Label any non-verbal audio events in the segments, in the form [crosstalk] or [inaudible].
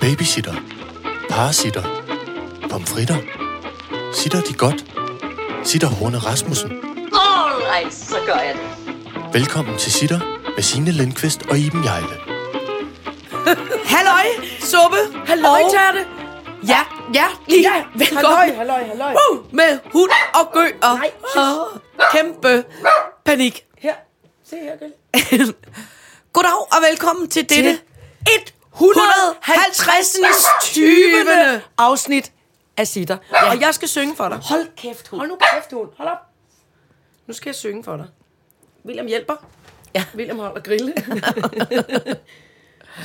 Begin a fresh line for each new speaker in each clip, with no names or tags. Babysitter. Parasitter. Pomfritter. Sitter de godt? Sitter Horne Rasmussen.
Alright, så gør jeg det.
Velkommen til Sitter med Signe Lindqvist og Iben Jejle.
Halløj, suppe.
Halløj,
og-
Tærte.
Ja, ja, lige ja,
Halløj,
velkommen.
halløj, halløj.
Uh, med hund og gø og,
Nej,
og kæmpe panik.
Her. Se her, Gøl.
Goddag og velkommen til
Til
dette 150. 20. afsnit af Sitter. Ja. Og jeg skal synge for dig.
Hold kæft, hun. Hold nu kæft, hun. Hold op. Nu skal jeg synge for dig. William hjælper.
Ja.
William holder grille.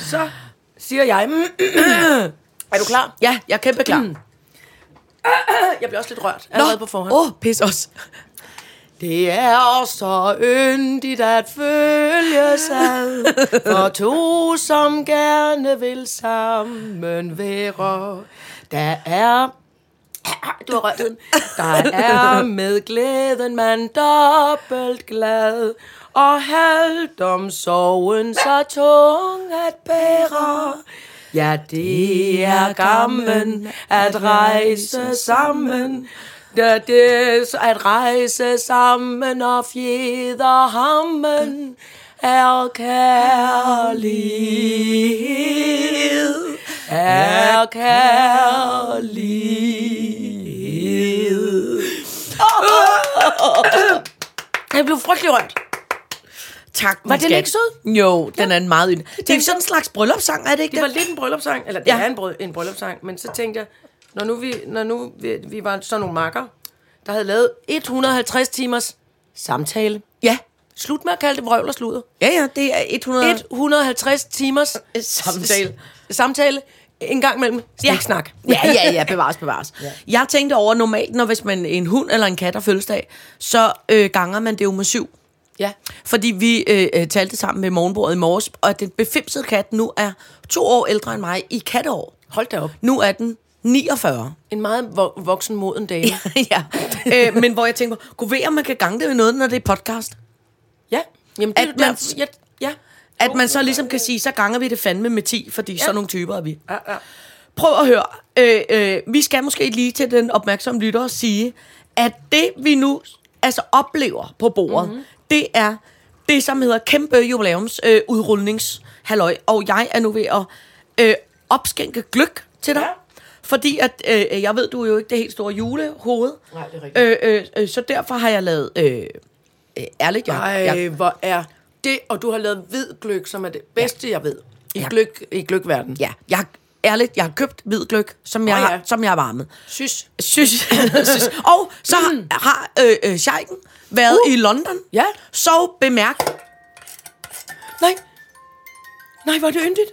så siger jeg... er du klar?
Ja, jeg er kæmpe klar. Mm.
Jeg bliver også lidt rørt allerede på forhånd.
Åh, oh, pis os.
Det er så yndigt at følge sig For to, som gerne vil sammen være Der er du har rørt den. Der er med glæden man dobbelt glad Og halvt om sorgen så tung at bære Ja, det er gammen at rejse sammen. Ja, det er at rejse sammen og fjederhammen er kærlighed. Er kærlighed. Jeg blev frygtelig rørt.
Tak, min
Var den
skat.
ikke sød?
Jo, den er en meget yndel. Det er jo sådan en slags bryllupssang, er det ikke
Det var
det?
lidt en bryllupssang, eller det
Ja.
ja. er en, bryll- en bryllupssang, men så tænkte jeg, når nu vi, når nu vi, vi var sådan nogle makker, der havde lavet 150 timers samtale.
Ja.
Slut med at kalde det vrøvl og sludder.
Ja, ja, det er 100...
150 timers
Samtale.
s- samtale en gang mellem snak.
Ja, ja, ja, bevares, bevares. Ja. Jeg tænkte over normalt, når hvis man en hund eller en kat har fødselsdag, så øh, ganger man det jo med syv.
ja.
Fordi vi øh, øh, talte sammen ved morgenbordet i morges, og den befimsede kat nu er to år ældre end mig i katteår.
Hold da op.
Nu er den 49.
En meget vo- voksen moden dame. Ja.
ja. Øh, men hvor jeg tænker, gå ved, om man kan gange det med noget, når det er podcast.
ja. Jamen, det,
At
er
man-
derfor- ja, ja.
At man så ligesom kan sige, så ganger vi det fandme med 10, fordi ja. sådan nogle typer er vi.
Ja, ja.
Prøv at høre. Øh, øh, vi skal måske lige til den opmærksomme lytter og sige, at det vi nu altså oplever på bordet,
Mhm.
mm-hmm. det er det, som hedder kæmpe jubilæums øh, udrulningshalløj. Og jeg er nu ved at øh, opskænke gløk til dig. Ja. Fordi at, øh, jeg ved, du er jo ikke det helt store julehoved.
Nej, det er rigtigt.
Øh, øh, øh, så derfor har jeg lavet... Øh, øh, ærligt, jeg,
Ej,
jeg,
hvor er det, og du har lavet hvid gløk, som er det bedste, ja. jeg ved. I,
Ja.
ja. gløk, i gløkverden.
ja, jeg, ærligt, jeg har købt hvid gløk, som jeg,
Åh,
oh,
ja.
ja. som jeg har varmet.
Synes. Mm.
Synes, [laughs] synes. Og så har, har øh, øh, Scheiken været uh. i London.
Ja.
Så bemærk,
Nej. Nej, hvor er det yndigt.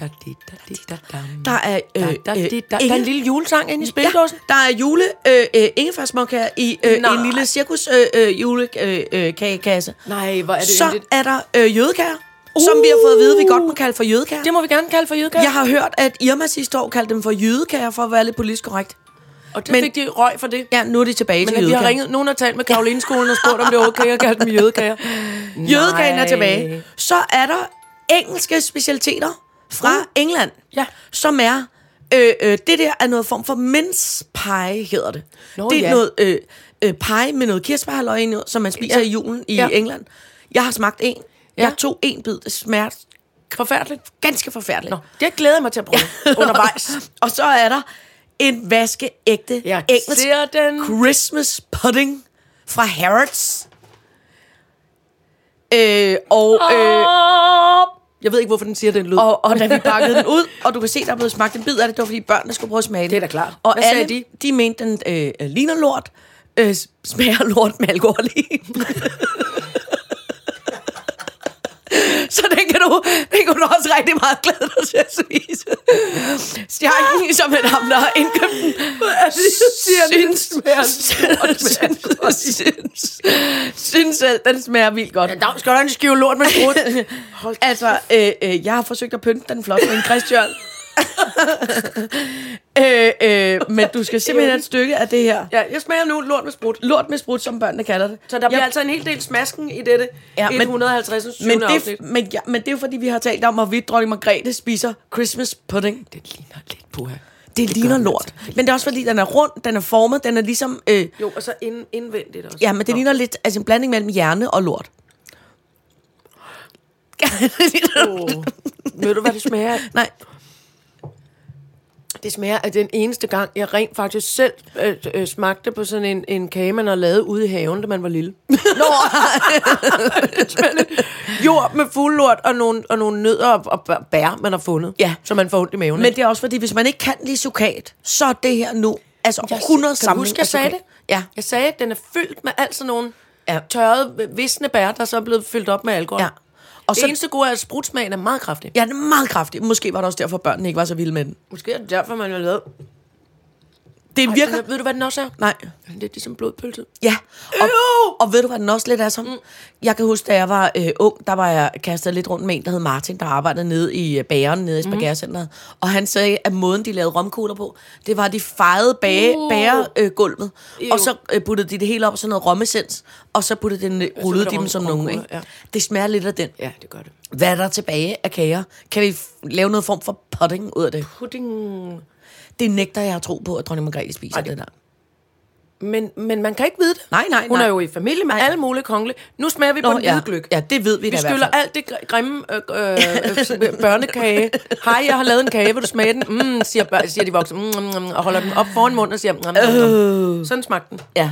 Da, di, da, di, da, dam.
der er... Øh,
Da, da,
øh,
di, da. Der
Inge-
er en lille julesang inde i
Ja,
spildåsen.
der er jule øh, øh, ingefærsmok her i øh,
Nej.
en lille cirkus øh, øh, julekagekasse. Øh, øh, kagekasse.
Nej, hvor er det
så
yndigt.
er der øh, jødekager, uh. som vi har fået at vide, vi godt må kalde for jødekager.
Det må vi gerne kalde for jødekage.
Jeg har hørt, at Irma sidste år kaldte dem for jødekager, for at være lidt politisk korrekt.
og det
men-
men, fik de røg for det.
Ja, nu er de tilbage
Men
til
at vi
jødekager.
har ringet, nogen har talt med Karolinskolen og spurgt, om det er okay at
[laughs]
kalde dem jødekager.
Jødekagen er
Nej.
tilbage. Så er der engelske specialiteter fra uh. England,
Mm. Ja.
som er... Øh, øh, det der er noget form for mince pie, hedder det.
Nå,
det er
ja.
noget øh, øh, pie med noget kirsebærhalløj i, som man spiser ja.
Ja.
i julen i ja.
Ja.
England. Jeg har smagt en. Ja.
Ja.
Jeg tog en bid. Det smager
Forfærdeligt.
ganske forfærdeligt.
Nå, det glæder jeg mig til
[laughs]
at prøve undervejs.
Og så er der en vaskeægte
Jeg
engelsk
ser den.
Christmas pudding fra Harrods. Øh, og... Øh,
Jeg ved ikke, hvorfor den siger den lyd.
Og, og da vi pakkede den ud, og du kan se, der er blevet smagt en bid af det, det var fordi børnene skulle prøve at smage det.
Det er da klart.
Og
Hvad
alle,
sagde
de? de mente, den øh, øh, ligner lort, øh, s- smager lort med alkohol i. [laughs] Så den kan, du, den kan du også rigtig meget glæde dig til at spise. Stjernen, som er ham, der har indkøbt den, synes, synes, synes, synes selv, den smager vildt godt.
Der skal
[laughs]
der en skive lort med sprut.
Altså, øh, øh, jeg har forsøgt at pynte den flot med en Christian. Øh, øh, men du skal simpelthen have et stykke af det her.
Ja, jeg smager nu lort med sprut.
Lort med sprut, som børnene kalder det.
Så der bliver
Jeg-
altså en hel del smasken i dette
Ja,
ja,
men-
150.
men det,
afsnit.
men, ja, men det er jo fordi, vi har talt om, hvorvidt dronning Margrethe spiser Christmas pudding.
Det ligner lidt på her.
Det, det
gør
ligner
den
lort. Men det er også fordi, den er rund, den er formet, den er ligesom... Øh,
Jo, og så ind, indvendigt også.
ja, men det ligner lidt altså en blanding mellem hjerne og lort. [laughs] Det ligner-
Oh. Ved du, hvad det smager af?
Nej,
[laughs] Det smager af den eneste gang, jeg rent faktisk selv øh, øh, smagte på sådan en, en kage, man har lavet ude i haven, da man var lille. Nå! Det smager lidt [laughs] jord med fuldlort og nogle, og nogle nødder og, og bær- bær, man har fundet.
Ja.
Så man får ondt i maven.
men
ikke?
det er også fordi, hvis man ikke kan lide sukat, så er det her nu altså 100
kan du
samlinger
huske, jeg
af
sagde det?
sukat. Ja.
Jeg sagde, at den er fyldt med alt sådan nogle
Ja.
ja. tørrede, visne bær, der så er blevet fyldt op med alkohol.
Ja. Og
Det
så-
eneste gode er, at sprutsmagen er meget kraftig.
Ja, den er meget kraftig. Måske var det også derfor, børnene ikke var så vilde med den.
Måske er det derfor, man har lavet.
Det
Virker.
virker...
Ej, ved du, hvad den også er?
Nej.
Det er ligesom blodpølse.
Ja, og, og ved du, hvad den også lidt er som? Mm. Jeg kan huske, da jeg var øh, ung, der var jeg kastet lidt rundt med en, der hed Martin, der arbejdede nede i øh, bageren, nede i Spagærcenteret. Mm. Og han sagde, at måden, de lavede romkugler på, det var, at de fejede bage, uh.
Uh.
bagergulvet. Øh,
Ew.
og så øh, puttede de det hele op i sådan noget rommesens, og så puttede den, øh, rullede
var
de
der
dem
rom-
som nogen. Ikke?
romkugler,
Det smager lidt af den.
Ja, det gør det.
Hvad er der tilbage af kager? Kan vi f- lave noget form for pudding ud af det?
Pudding.
Det nægter jeg at tro på, at dronning Margrethe spiser Ej, det, det der.
Men, men man kan ikke vide det.
Nej, nej,
Hun
nej.
er jo i familie med alle mulige kongle. Nu smager vi på en
ja.
hvidegløk. gløk.
ja, det ved vi,
Vi
da i hvert
skylder
fald.
alt det gr- grimme øh, øh, øh, børnekage. Hej, jeg har lavet en kage, vil du smage den? Mm, siger, bør- siger de voksne, mm, mm, mm, og holder den op foran munden og siger, mm, mm, mm. sådan smagte den.
Ja.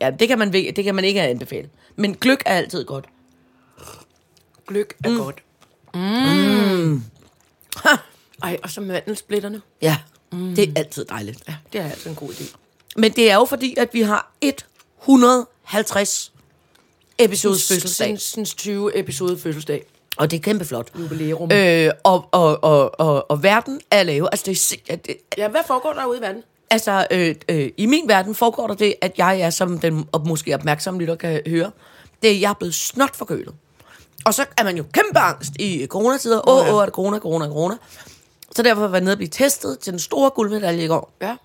Ja, det kan man, ve- det kan man ikke anbefale. Men gløk er altid godt.
Gløk er mm. godt. Mm. Ej, og så mandelsplitterne.
Ja. Mm. Det er altid dejligt. Ja.
Det er altså en god idé.
Men det er jo fordi, at vi har 150 episodes fødselsdag.
Siden- Siden 20 episode fødselsdag.
Og det er kæmpe flot.
Jubilæum.
Øh, og, og, og, og, og verden er lavet. Altså, det er, sind- at det,
Ja, hvad foregår der ude i verden?
altså øh, øh, i min verden foregår der det, at jeg er, som den op, måske opmærksomme lytter kan høre, det er, jeg er blevet snot forkølet. Og så er man jo kæmpe angst i coronatider. Åh, åh, er det corona, corona, corona. Så derfor var jeg nede og blive testet til den store guldmedalje i går.
Ja.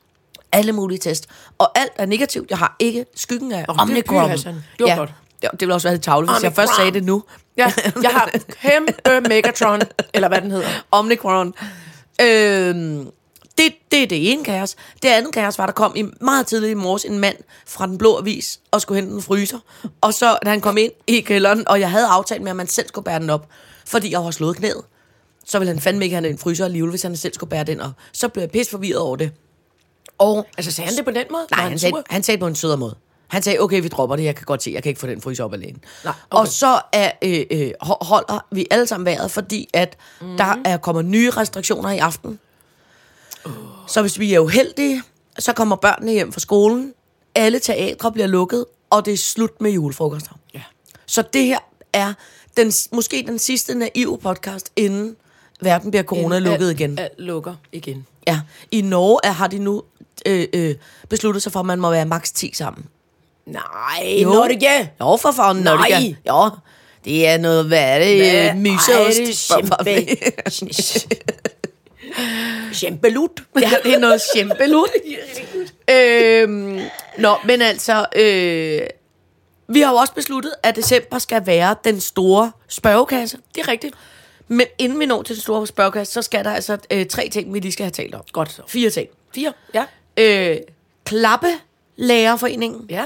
Alle mulige test. Og alt er negativt. Jeg har ikke skyggen af
det er
Omicron.
pyhassan. Det var
ja.
godt.
Ja, det ville også være lidt tavlet, hvis jeg
Omicron.
først sagde det nu.
Ja, jeg har kæmpe Megatron, eller hvad den hedder.
[laughs] Omnicron. Øhm, det, det er det ene kaos. Det andet kaos var, der kom i meget tidligt i morges en mand fra den blå avis og skulle hente en fryser. Og så, da han kom ind i kælderen, og jeg havde aftalt med, at man selv skulle bære den op, fordi jeg var slået knæet, så ville han fandme ikke have en fryser alligevel, hvis han selv skulle bære den op. Så blev jeg pisse forvirret over det. Og
Altså, sagde han det på den måde? Var
Nej, han sagde,
sur?
han sagde på en sødere måde. Han sagde, okay, vi dropper det, jeg kan godt se, jeg kan ikke få den fryser op alene.
Nej,
okay.
okay.
Og så er, øh, øh, ho- holder vi alle sammen vejret, fordi at
Mhm.
mm. der er, kommer nye restriktioner i aften. Uh. Så hvis vi er uheldige, så kommer børnene hjem fra skolen, alle teatre bliver lukket, og det er slut med julefrokoster.
Ja.
Så det her er den, måske den sidste naive podcast, inden verden bliver corona lukket
Alt-
igen.
Alt øh, lukker igen.
Ja, i Norge er, har de nu øh, øh, besluttet sig for, at man må være maks 10 sammen.
Nej,
Jo, for fanden,
Nej.
Norge. Jo, det er noget, hvad er det?
Hvad
øh, Myseost.
er det,
For-
Sjempelut.
[laughs] ja, det er noget sjempelut. øhm, nå, men altså, øh, vi har jo også besluttet, at december skal være den store spørgekasse.
Det er rigtigt.
Men inden vi når til den store spørgekasse, så skal der altså øh, tre ting, vi lige skal have talt om.
Godt så.
Fire ting.
Fire. Ja.
Øh, klappe lærerforeningen.
Ja.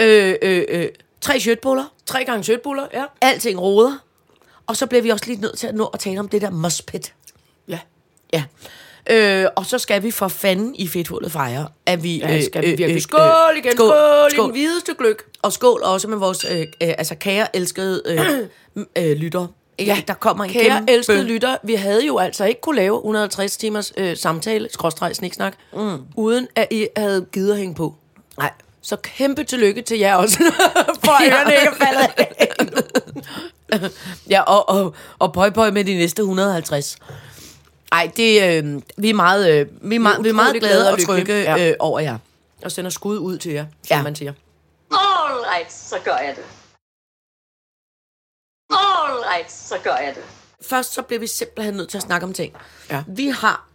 øh, øh, øh, tre shirtboller,
Tre gange sødbuller. Ja.
alting roder, og så bliver vi også lige nødt til at nå at tale om det der mospit.
Ja.
Ja. Øh, og så skal vi for fanden i fedthullet fejre, at vi...
Ja, skal vi virkelig.
øh,
Skål igen. Skål. skål. skål. Den
skål.
hvideste gløk.
Og skål også med vores øh, øh, altså kære elskede øh,
[clears throat]
m- øh, lytter. Ja, der kommer en
Kære
kæmpe...
elskede lytter, vi havde jo altså ikke kunne lave 150 timers øh, samtale, skråstreg, sniksnak, mm. uden at I havde givet at hænge på.
Nej.
Så kæmpe tillykke til jer også, [laughs]
[laughs]
for at ørerne ikke er faldet af.
Ja, og, og, og pøj, pøj med de næste 150. Ej, det, øh, vi er meget, øh, vi er meget, vi er meget
utrolig glade
glade
og
og trygge
lykkelige. Ja.
øh, over jer.
Og sender skud ud til jer, som
Ja.
ja. man siger.
All right, så gør jeg det. All right, så gør jeg det.
først så bliver vi simpelthen nødt til at snakke om ting.
Ja.
Vi har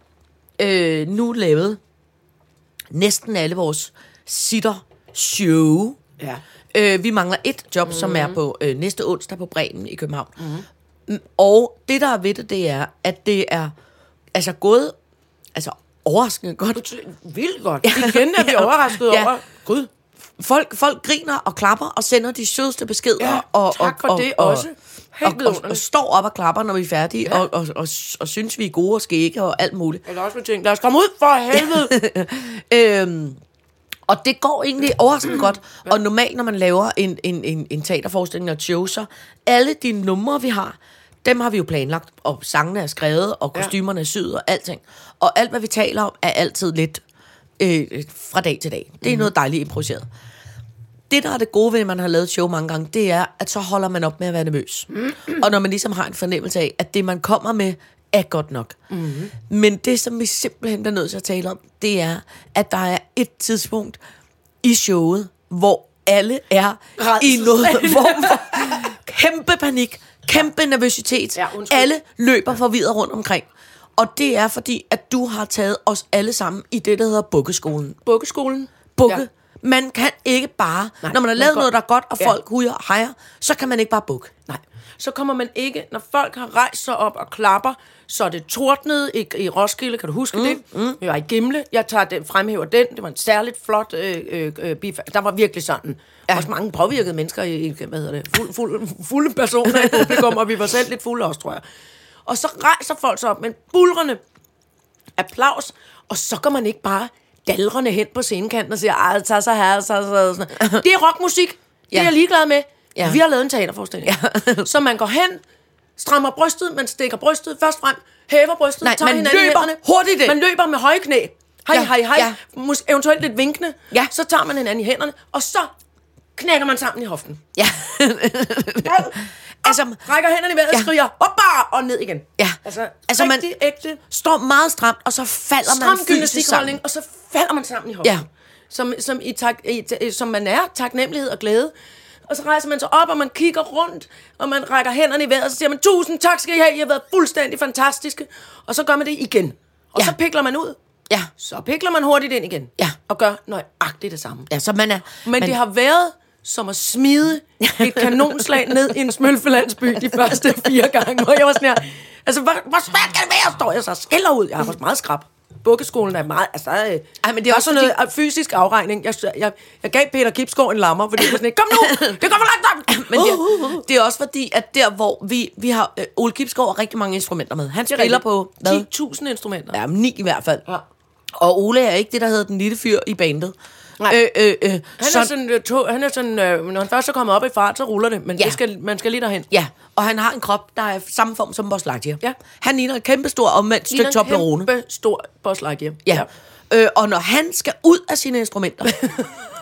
øh, nu lavet næsten alle vores sitter show.
Ja.
Øh, vi mangler et job, mm-hmm. som er på øh, næste onsdag på Bremen i København. Mm-hmm. Og det, der er ved det, det er, at det er altså gået altså overraskende godt.
Vildt godt. Igen er vi
[laughs] Ja.
overrasket
Ja.
over. Gud.
Folk, folk griner og klapper og sender de sødeste beskeder.
Ja,
og, og,
tak for
og,
det
og,
også. Helt
og, og,
vidunderligt.
og står op og klapper, når vi er færdige, ja. og, og, og, og synes, vi er gode og skægge og alt muligt.
Jeg kan også tænke, lad os komme ud for helvede.
Øhm, og det går egentlig overraskende
[clears throat]
godt. Og normalt, når man laver en, en, en, en teaterforestilling og et show, så alle de numre, vi har, dem har vi jo planlagt, og sangene er skrevet, og
Ja.
kostymerne er syet, og alting. Og alt, hvad vi taler om, er altid lidt øh, fra dag til dag.
Mhm.
Det er noget dejligt improviseret. Det, der er det gode ved, at man har lavet et show mange gange, det er, at så holder man op med at være nervøs.
Mm.
Og når man ligesom har en fornemmelse af, at det, man kommer med, er godt nok. Mm-hmm. Men det, som vi simpelthen bliver nødt til at tale om, det er, at der er et tidspunkt i showet, hvor alle er i
Rædselsslagne.
noget form for kæmpe panik, kæmpe nervøsitet.
Ja, undskyld.
alle løber forvirret rundt omkring. Og det er fordi, at du har taget os alle sammen i det, der hedder bukkeskolen
Bukkeskolen.
bukke. Ja.
Ja.
Man kan ikke bare, Nej,
Nej,
når man har
man
lavet
går-
noget, der er godt, og
Ja.
folk hujer og hejer, så kan man ikke bare bukke.
Nej. Så kommer man ikke, når folk har rejst sig op og klapper, så er det tordnet i, i Roskilde, kan du huske mm, det? Mm. Jeg var i Gimle, jeg tager den, fremhæver den, det var en særligt flot øh, øh, øh, bif. Der var virkelig sådan, ja. også mange påvirkede mennesker, i, i- hvad hedder det, fuld, fuld, fulde personer i publikum, og vi var selv lidt fulde også, tror jeg. Og så rejser folk sig op med en bulrende applaus, og så går man ikke bare dalrende hen på scenekanten og siger, ej, tag så her, så så sådan.
[laughs]
noget." Det er rockmusik, det
Ja.
er jeg ligeglad med.
Ja.
Ja. Vi har lavet en teaterforestilling. Ja. [laughs] så man går hen, strammer brystet, man stikker brystet først frem, hæver brystet,
Nej,
tager
man
hinanden i
løber
hænderne.
hurtigt ind.
Man løber med høje knæ. Hej,
Ja,
ja. hej, hej.
ja.
Ja. Mus- eventuelt lidt vinkende.
Ja.
Så tager man hinanden i hænderne, og så knækker man sammen i hoften.
Ja. [laughs] altså,
Rækker hænderne i vejret og
Ja.
skriger, hoppa, og ned igen.
Ja.
Altså,
Altså,
altså
man-
rigtig, man... ægte
står meget stramt, og så falder
stram
man fysisk sammen.
gymnastikholdning, og så falder man sammen i hoften.
Ja.
Som, som, i tak, i, i- som man er, taknemmelighed og glæde. Og så rejser man sig op, og man kigger rundt, og man rækker hænderne i vejret, og så siger man, tusind tak skal I have, I har været fuldstændig fantastiske. Og så gør man det igen. Og
Ja.
ja. så pikler man ud.
Ja.
Så pikler man hurtigt ind igen.
Ja.
Og gør nøjagtigt det samme.
ja, så man er...
Men det har været som at smide et kanonslag ned i en smølfelandsby de første fire gange, hvor jeg var sådan her, altså, hvor, hvor svært kan det være, står jeg så og skælder ud. Jeg har også meget skrab. Bukkeskolen er meget, altså, Ej, men
Ej, men det
det
er
er
også
også sådan noget øh, fysisk afregning. Jeg, jeg, jeg gav Peter Kipsgaard en lammer, fordi jeg var sådan, kom nu, det går for langt op.
[laughs]
Uh,
Men det, det er også fordi, at der hvor vi, vi har... Øh, Ole Kipsgaard har rigtig mange instrumenter med. Han spiller på... Hvad?
10.000 instrumenter.
Ja, men ni i hvert fald.
Ja.
Og Ole er ikke det, der hedder den lille fyr i bandet.
Nej.
Øh, øh, øh, han
Han er sådan, øh, to, han er sådan øh, når han først er kommet op i fart, så ruller det, men
Ja.
ja. det skal, man skal lige derhen.
Ja, og han har en krop, der er samme form som Buzz Lightyear.
Ja.
Han ligner et kæmpestor omvendt stykke Toblerone.
Kæmpe stor boss like hjem.
Ja. ja. Øh, og når han skal ud af sine instrumenter,
[laughs]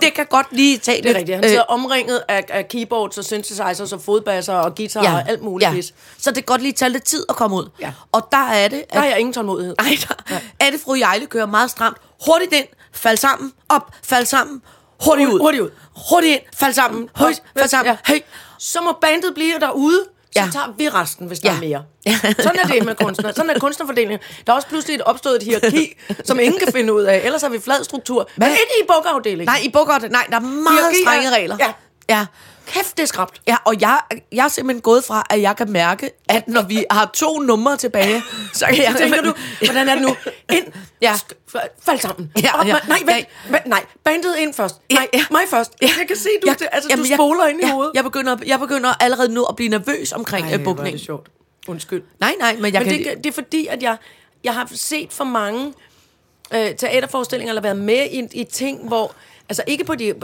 det kan godt lige tage øh,
Det er rigtigt. Han sidder omringet af, af keyboards og synthesizers og fodbasser og guitar ja. og alt muligt. Ja.
Så det kan godt lige tage lidt tid at komme ud.
Ja.
Og der er det,
Der
at,
har jeg ingen tålmodighed.
[laughs] nej, der, er det fru Jejle kører meget stramt. Hurtigt ind, fald sammen, op, fald sammen, hurtigt ud.
Hurtigt ud.
Hurtigt ind, fald sammen, højt, fald sammen,
Ja.
høj.
Så må bandet blive derude, så
Ja.
ja. tager vi resten, hvis der
Ja.
er mere.
Ja.
Sådan er det med kunstnere. Sådan er kunstnerfordelingen. Der er også pludselig et opstået et hierarki, som ingen kan finde ud af. Ellers har vi flad struktur.
Hvad?
Men ikke i bogafdelingen.
Nej, i Bogart, nej, der er meget
Hierarkier.
strenge regler.
Ja.
ja.
Kæft, det er skrabt.
Ja, og jeg, jeg er simpelthen gået fra, at jeg kan mærke, at når vi har to numre tilbage,
[laughs]
så kan jeg...
Så tænker
[laughs]
du, hvordan er det nu? Ind,
Ja.
ja. fald sammen.
Ja,
Ja, Op,
ja.
ja. Nej, vent, vent, nej, bandet ind først. Nej,
Ja, ja.
mig først. Ja. Jeg kan se, du, ja. det, altså,
jamen,
du spoler ind i
ja,
hovedet.
Jeg begynder, jeg begynder allerede nu at blive nervøs omkring
Ej,
øh,
hvor er det
bukningen.
sjovt. Undskyld.
Nej, nej, men jeg
Men
kan...
det, det er fordi, at jeg, jeg har set for mange øh, teaterforestillinger, eller været med i, i ting, hvor... Altså ikke på de,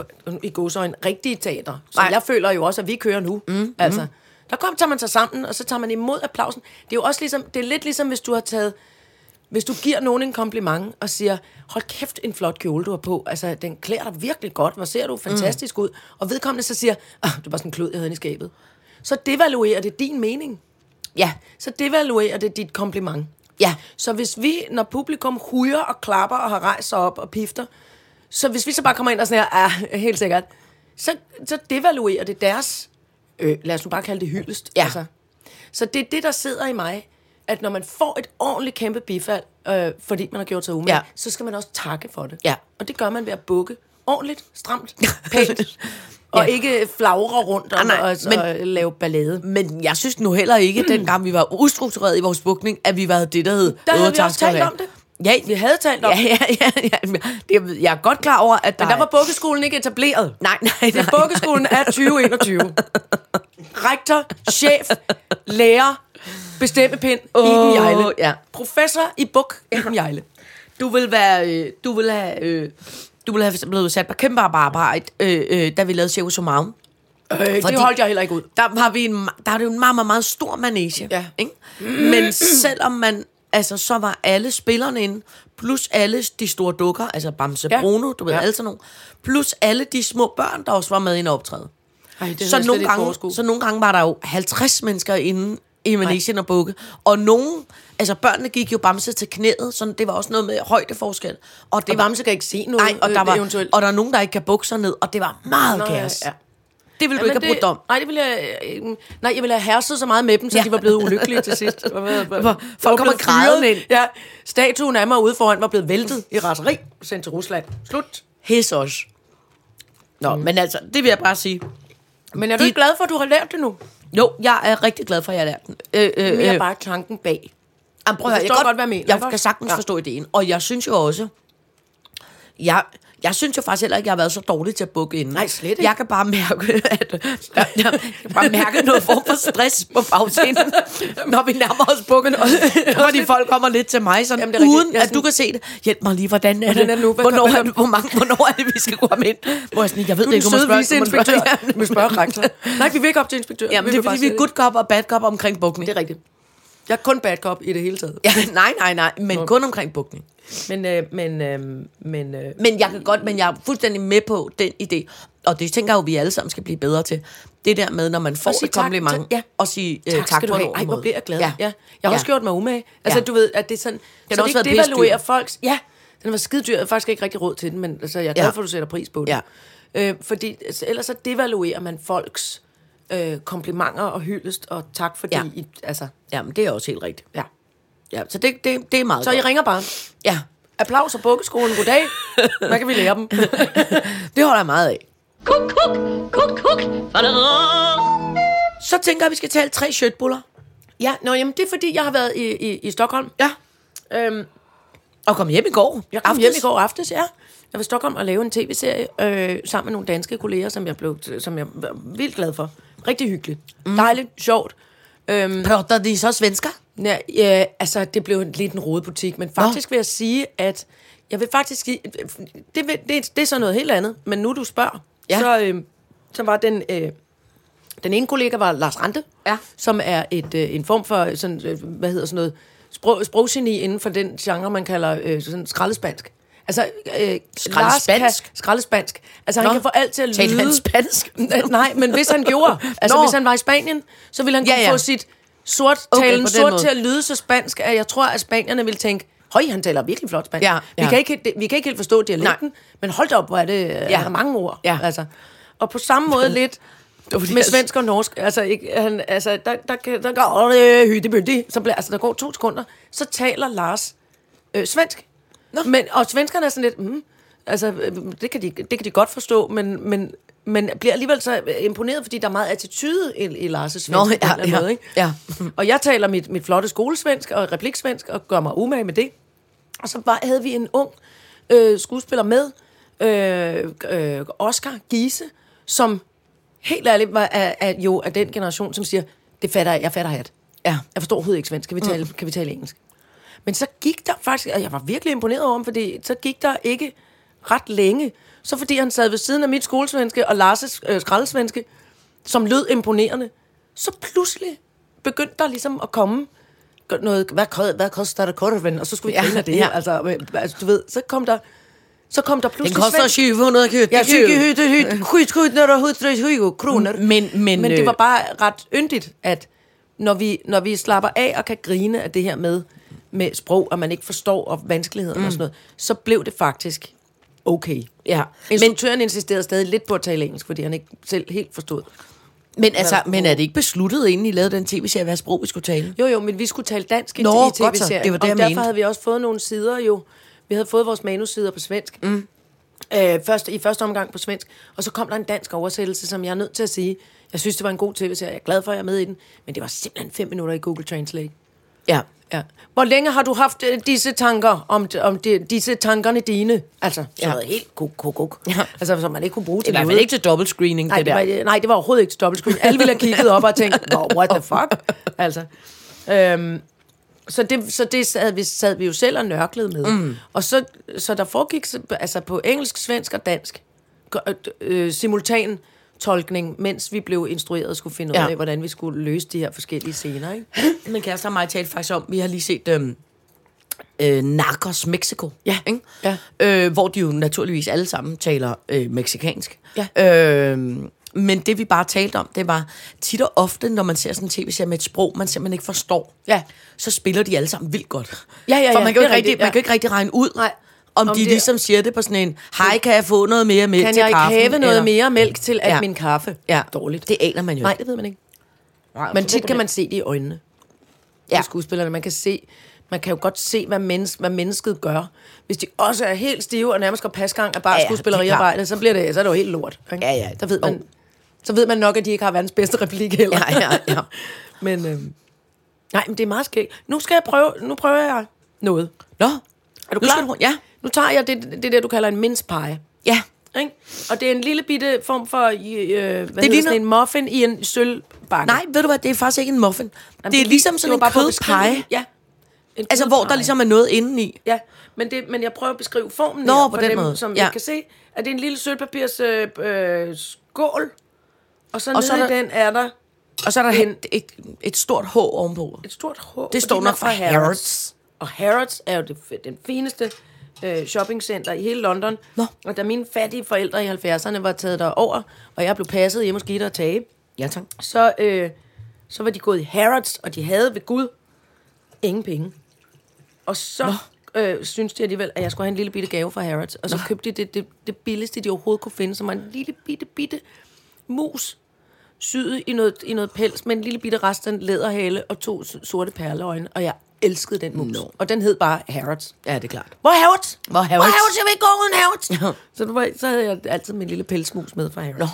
i godsøjne, rigtige teater, som
Nej.
Nej. jeg føler jo også, at vi kører nu. Mm, altså, der kom, tager man sig sammen, og så tager man imod applausen. Det er jo også ligesom, det er lidt ligesom, hvis du har taget hvis du giver nogen en kompliment og siger, hold kæft, en flot kjole, du har på. Altså, den klæder dig virkelig godt. Hvor ser du
Mm.
fantastisk ud. Og vedkommende så siger, ah, det var sådan en klud, jeg havde inde i skabet. Så devaluerer det din mening.
ja,
Så devaluerer det dit kompliment.
ja,
Så hvis vi, når publikum hujer og klapper og har rejst sig op og pifter, så hvis vi så bare kommer ind og sådan her, ja, helt sikkert, så, så devaluerer det deres, øh, lad os nu bare kalde det hyldest.
Ja.
Altså. Så det er det, der sidder i mig, at når man får et ordentligt kæmpe bifald, øh, fordi man har gjort sig umage,
Ja.
ja. så skal man også takke for det.
Ja.
Og det gør man ved at bukke ordentligt,
[laughs]
stramt, pænt, og
Ja.
ikke flagre rundt om
Ah, Nej, nej,
og, og,
men-
og lave ballade.
Men jeg synes nu heller
[clears throat]
ikke, dengang vi var ustruktureret i vores bukning, at vi var det, der hed...
Der havde vi
"Åh, tak
også
skal du
talt
have."
om det.
Ja,
Vi havde talt om
ja, ja, ja, ja, det. Jeg er godt klar over, at der,
Men der
er-
var bukkeskolen ikke etableret.
Nej, nej,
Det
nej.
er bukkeskolen er
[laughs]
2021. Rektor, chef, lærer, bestemmepind, oh, Iben Jejle.
ja.
Professor i buk, Iben Jejle.
Du vil være... Øh, du vil have... Øh, du ville have blevet sat på kæmpe arbejde, øh, øh, da vi lavede Circus Omarum.
Øh,
Fordi-
det holdt jeg heller ikke ud.
Der var, vi en, ma- der var det jo en meget, meget, meget stor manege.
Ja.
Ikke? Men selvom man... Altså, så var alle spillerne inde, plus alle de store dukker, altså Bamse ja.
Ja.
Bruno, du ved, ja.
Ja.
alle sådan nogle, plus alle de små børn, der også var med i en optræde.
Ej, det
så, nogle gange, så nogle gange var der jo 50 mennesker inde i Malaysia og Bukke. Og nogle, altså børnene gik jo bamse til knæet, så det var også noget med højdeforskel. Og det
det
var,
varme, så kan ikke se noget
nej, og der
øh,
var,
eventuelt.
og der er nogen, der ikke kan bukke sig ned, og det var meget
Nå,
Nå, kaos.
ja.
Ja. Det ville du ikke
Jamen,
have brudt om.
Nej, det ville jeg, øh, nej, jeg ville have herset så meget med dem, så
Ja.
ja. de var blevet ulykkelige til sidst. [laughs] Hvor- hvor- hvor-
Hvor-
hvor
folk kommer
blev fyret.
grædende ind.
Ja, statuen af mig ude foran var blevet væltet i raseri, sendt til Rusland. Slut.
Hes os. Nå, mm. men altså, det vil jeg bare sige.
Men er du
De-
ikke glad for, at du har lært det nu?
Jo, jeg er rigtig glad for, at jeg lærte den. Øh, øh,
Mere bare tanken bag.
Jamen, prøv at høre,
Jeg forstår
kan
godt, hvad jeg mener,
Jeg
ikke
kan
også?
sagtens ja.
Ja.
forstå ideen. Og jeg synes jo også, jeg, jeg synes jo faktisk heller ikke, jeg har været så dårlig til at bukke inden.
Nej, slet ikke.
Jeg kan bare mærke, [laughs] at, jeg, jeg kan bare mærke noget form for stress på
[laughs]
bagscenen, når vi nærmer os bukken. Og, [laughs] fordi folk kommer lidt til mig, sådan,
Jamen,
Jamen,
det er rigtigt.
uden
Jeg er
at du
sådan-
kan se det. Hjælp mig lige, hvordan er det?
Hvordan er det nu? Hvad-
hvornår,
hvad-
er det, hvor mange, hvornår er det, vi skal komme ind? Hvor jeg, sådan, jeg ved
Du
det
er den
ikke, om man
søde
spørger. om man
viceinspektør.
spørger-
Du må spørge
[laughs]
rektor. Nej, vi vil ikke op til inspektør.
Jamen, det er fordi, vi er good cop og bad cop omkring bukning.
Det er rigtigt. Jeg er kun bad cop i det hele taget.
Ja, [laughs] nej, nej, nej, men kun omkring bukning.
Men, øh, men, øh, men øh,
Men jeg kan godt, men jeg er fuldstændig med på den idé. Og det tænker jeg jo, vi alle sammen skal blive bedre til. Det der med, når man får
sige
et
tak
kompliment,
til- ja.
og sige øh,
tak,
tak,
tak skal
på
du
en
have.
ordentlig
Ej, hvor
måde.
bliver jeg glad. Ja. ja. Jeg har
Ja.
også gjort mig umage. Altså,
Ja.
ja. du ved, at det er sådan... Den så
også
det ikke
været pisdyr.
devaluerer folks... Ja, den var skidedyr. Jeg har faktisk ikke rigtig råd til den, men altså, jeg er glad
Ja.
for, at du sætter pris på den.
Ja.
Øh, fordi altså, ellers så devaluerer man folks øh, komplimenter og hyldest og tak fordi...
Ja.
Ja. I, altså,
Jamen, det er også helt rigtigt.
ja.
Ja, så det, det, det er meget
Så I
godt.
ringer bare.
Ja,
Applaus og bukkeskolen. Goddag. Hvad kan vi lære dem?
[laughs] det holder jeg meget af.
Kuk, kuk, kuk, kuk. Fadadadam.
Så tænker jeg, at vi skal tale tre shirtbuller.
ja, nå, jamen, det er fordi, jeg har været i, i, i Stockholm.
Ja.
Øhm,
Og kom hjem i går.
Jeg kom
aftes.
hjem i går aftes, ja. Jeg var i Stockholm og lavede en tv-serie øh, sammen med nogle danske kolleger, som jeg blev som jeg var vildt glad for. Rigtig hyggeligt. Mm. Dejligt, sjovt. Øhm,
Hørte de så svensker?
ja, ja, altså, det blev en, lidt en rodet butik, men faktisk vil jeg sige, at jeg vil faktisk sige, det, vil, det, det er så noget helt andet, men nu du spørger,
Ja.
ja. så, øh, så var den, øh, den ene kollega var Lars Rante,
Ja.
som er et, øh, en form for, sådan, øh, hvad hedder sådan noget, sprog, sproggeni inden for den genre, man kalder øh, sådan skraldespansk. Altså, øh,
Skraldespansk?
Lars kan- Skraldespansk. Altså,
Nå.
han kan få alt til at
Talte
lyde...
han spansk?
Nej, men hvis han gjorde, altså
Nå.
Nå. hvis han var i Spanien, så ville han
Ja,
kunne ja,
ja.
ja. få sit sort,
Okay,
talen
på den
okay, sort
måde.
til at lyde så spansk, at jeg tror, at spanierne ville tænke, høj, han taler virkelig flot spansk.
Ja,
vi,
ja.
Kan ikke, helt- det- vi kan ikke helt forstå dialekten,
Nej.
Nej. men hold da op, hvor er det, ja. er der mange ord.
Ja.
Altså. Og på samme måde lidt
fordi,
med
altså-
svensk og norsk, altså, ikke, han, altså der, der, kan- der går øh, hyttebøtte, så bliver, altså, der går to sekunder, så taler Lars øh, svensk. Nå. Men, og svenskerne er sådan lidt, mm, altså, øh, det kan, de, det kan de godt forstå, men, men, men bliver alligevel så øh, imponeret, fordi der er meget attitude i, i Lars' svensk
Nå,
på en
ja,
eller anden
ja,
måde, ikke?
ja.
[laughs] Og jeg taler mit, mit flotte skolesvensk og repliksvensk og gør mig umage med det. Og så var, havde vi en ung øh, skuespiller med, øh, øh, Oscar Giese, som helt ærligt var, er, er, jo er den generation, som siger, det fatter jeg, jeg fatter hat.
Ja.
Jeg forstår overhovedet ikke svensk, kan vi tale, mm. kan vi tale engelsk? Men så gik der faktisk, og jeg var virkelig imponeret over ham, fordi så gik der ikke ret længe. Så fordi han sad ved siden af mit skolesvenske og Lars' øh, skraldesvenske, som lød imponerende, så pludselig begyndte der ligesom at komme noget, hvad, ko- hvad koster der korven? Og så skulle vi
Ja,
grine af det.
ja.
Ja. Altså, øh, altså, du ved, så kom der, så kom der
Den
pludselig
koster
svensk-
700 kr.
Ja, 20 kroner.
Men- men,
men
øh,
det var bare ret yndigt, at når vi, når vi slapper af og kan grine af det her med, med sprog, og man ikke forstår, og vanskelighederne mm. og sådan noget, så blev det faktisk okay.
Ja.
Instruktøren men, insisterede stadig lidt på at tale engelsk, fordi han ikke selv helt forstod.
Men, altså,
der
men er det ikke besluttet, inden I lavede den tv-serie, hvad sprog vi skulle tale?
Jo, jo, men vi skulle tale dansk i,
Nå,
i
godt så.
tv-serien.
Det var det, jeg
og derfor
mente.
havde vi også fået nogle sider jo. Vi havde fået vores manusider på svensk. Mm. Øh, først, I første omgang på svensk. Og så kom der en dansk oversættelse, som jeg er nødt til at sige. Jeg synes, det var en god tv-serie. Jeg er glad for, at jeg er med i den. Men det var simpelthen fem minutter i Google Translate.
Ja.
Ja. Hvor længe har du haft øh, disse tanker om, om de, disse tankerne dine? Altså, så
Ja.
ja. været helt kuk, kuk, kuk.
Ja.
Ja. Altså, som man ikke kunne bruge
Det
til
er i hvert
noget.
fald ikke til dobbeltscreening,
Nej,
det der.
Det var, nej, det var overhovedet ikke til dobbeltscreen. Alle ville have kigget op og tænkt, Nå, what the
[laughs]
fuck? Altså. Øhm, så det, så det sad, vi, sad vi jo selv og nørklede med. Mm. Og så, så der foregik så- altså på engelsk, svensk og dansk gø- øh, simultan tolkning, mens vi blev instrueret og skulle finde ud
Ja.
af, hvordan vi skulle løse de her forskellige scener. Ikke?
[clears throat] Min kæreste og mig talte faktisk om, vi har lige set øhm, øh, Narcos Mexico.
Ja,
Ikke?
ja.
Øh, hvor de jo naturligvis alle sammen taler øh, meksikansk.
Ja.
Øh, men det vi bare talte om, det var tit og ofte, når man ser sådan en tv-serie med et sprog, man simpelthen ikke forstår,
Ja.
så spiller de alle sammen vildt godt.
Ja, ja,
For
ja,
man kan,
det
jo
er
ikke rigtig,
rigtigt,
man
ja.
kan jo ikke rigtig regne ud,
Nej.
om,
Om
de
det-
ligesom siger det på sådan en, hej, kan jeg få noget mere mælk
Kan
til
jeg ikke
kaffen?
have noget
Eller-
mere mælk til at
Ja.
ja. min kaffe?
Ja,
Dårligt.
Det aner man jo
Nej,
ikke.
det ved man ikke.
Nej,
Men tit kan man se det i øjnene ja.
Ja.
på skuespillerne. Man kan se, man kan jo godt se, hvad, mennes, hvad mennesket gør. Hvis de også er helt stive og nærmest går pasgang af bare
Ja,
ja,
ja,
ja, skuespilleriarbejde, så, bliver det, så er det jo helt lort. Ikke?
Ja, ja.
Der ved man,
Jo.
så ved man nok, at de ikke har verdens bedste replik heller.
Ja, ja, ja.
[laughs] men, øhm, nej, men det er meget skægt. Nu skal jeg prøve, nu prøver jeg noget.
Nå,
Er du
Nu
klar?
skal du- ja.
Nu tager jeg det, det der, du kalder en minspege.
ja.
Ikke? Og det er en lille bitte form for, øh, hvad det hedder
ligner-
sådan en muffin i en sølvbakke.
Nej, ved du hvad, det er faktisk ikke en muffin.
Jamen,
det er ligesom sådan
var
en
bare for at beskrive
kødpege.
det. Ja. En
Altså, hvor der
kødpege.
ligesom er noget indeni.
Ja, men, det, men jeg prøver at beskrive formen
Nå,
her,
på
for
den
dem,
måde.
som
Ja.
I kan se, at det er en lille sølvpapirs øh, øh, skål, og så
Og
og
så
nede
er
i
der-
den er der
Og så er der et, et, et stort H ovenpå.
et stort H.
Det står
fordi den
nok
er
for
fra
Harrods.
Og Harrods er jo det, f- den fineste øh, shoppingcenter i hele London.
Nå.
Og da mine fattige forældre i 70'erne var taget derover, og jeg blev passet hjemme hos Gitte og Tage,
Ja, tak.
så, øh, så var de gået i Harrods, og de havde ved Gud ingen penge. Og så øh, synes de alligevel, at jeg skulle have en lille bitte gave fra Harrods. Og så Nå. købte de det, det, det billigste, de overhovedet kunne finde, som var en lille bitte, bitte mus, syet i noget, i noget pels, med en lille bitte rest af en læderhale og to s- sorte perleøjne. Og jeg elskede den mus.
Nå.
Og den hed bare Harrods.
Ja, det er klart.
Hvor er Harrods?
Hvor er
Hvor
Harrods?
er Harrods? Jeg vil ikke gå uden Harrods.
Ja.
Så, det var, så havde jeg altid min lille pelsmus med fra Harrods.
Nå.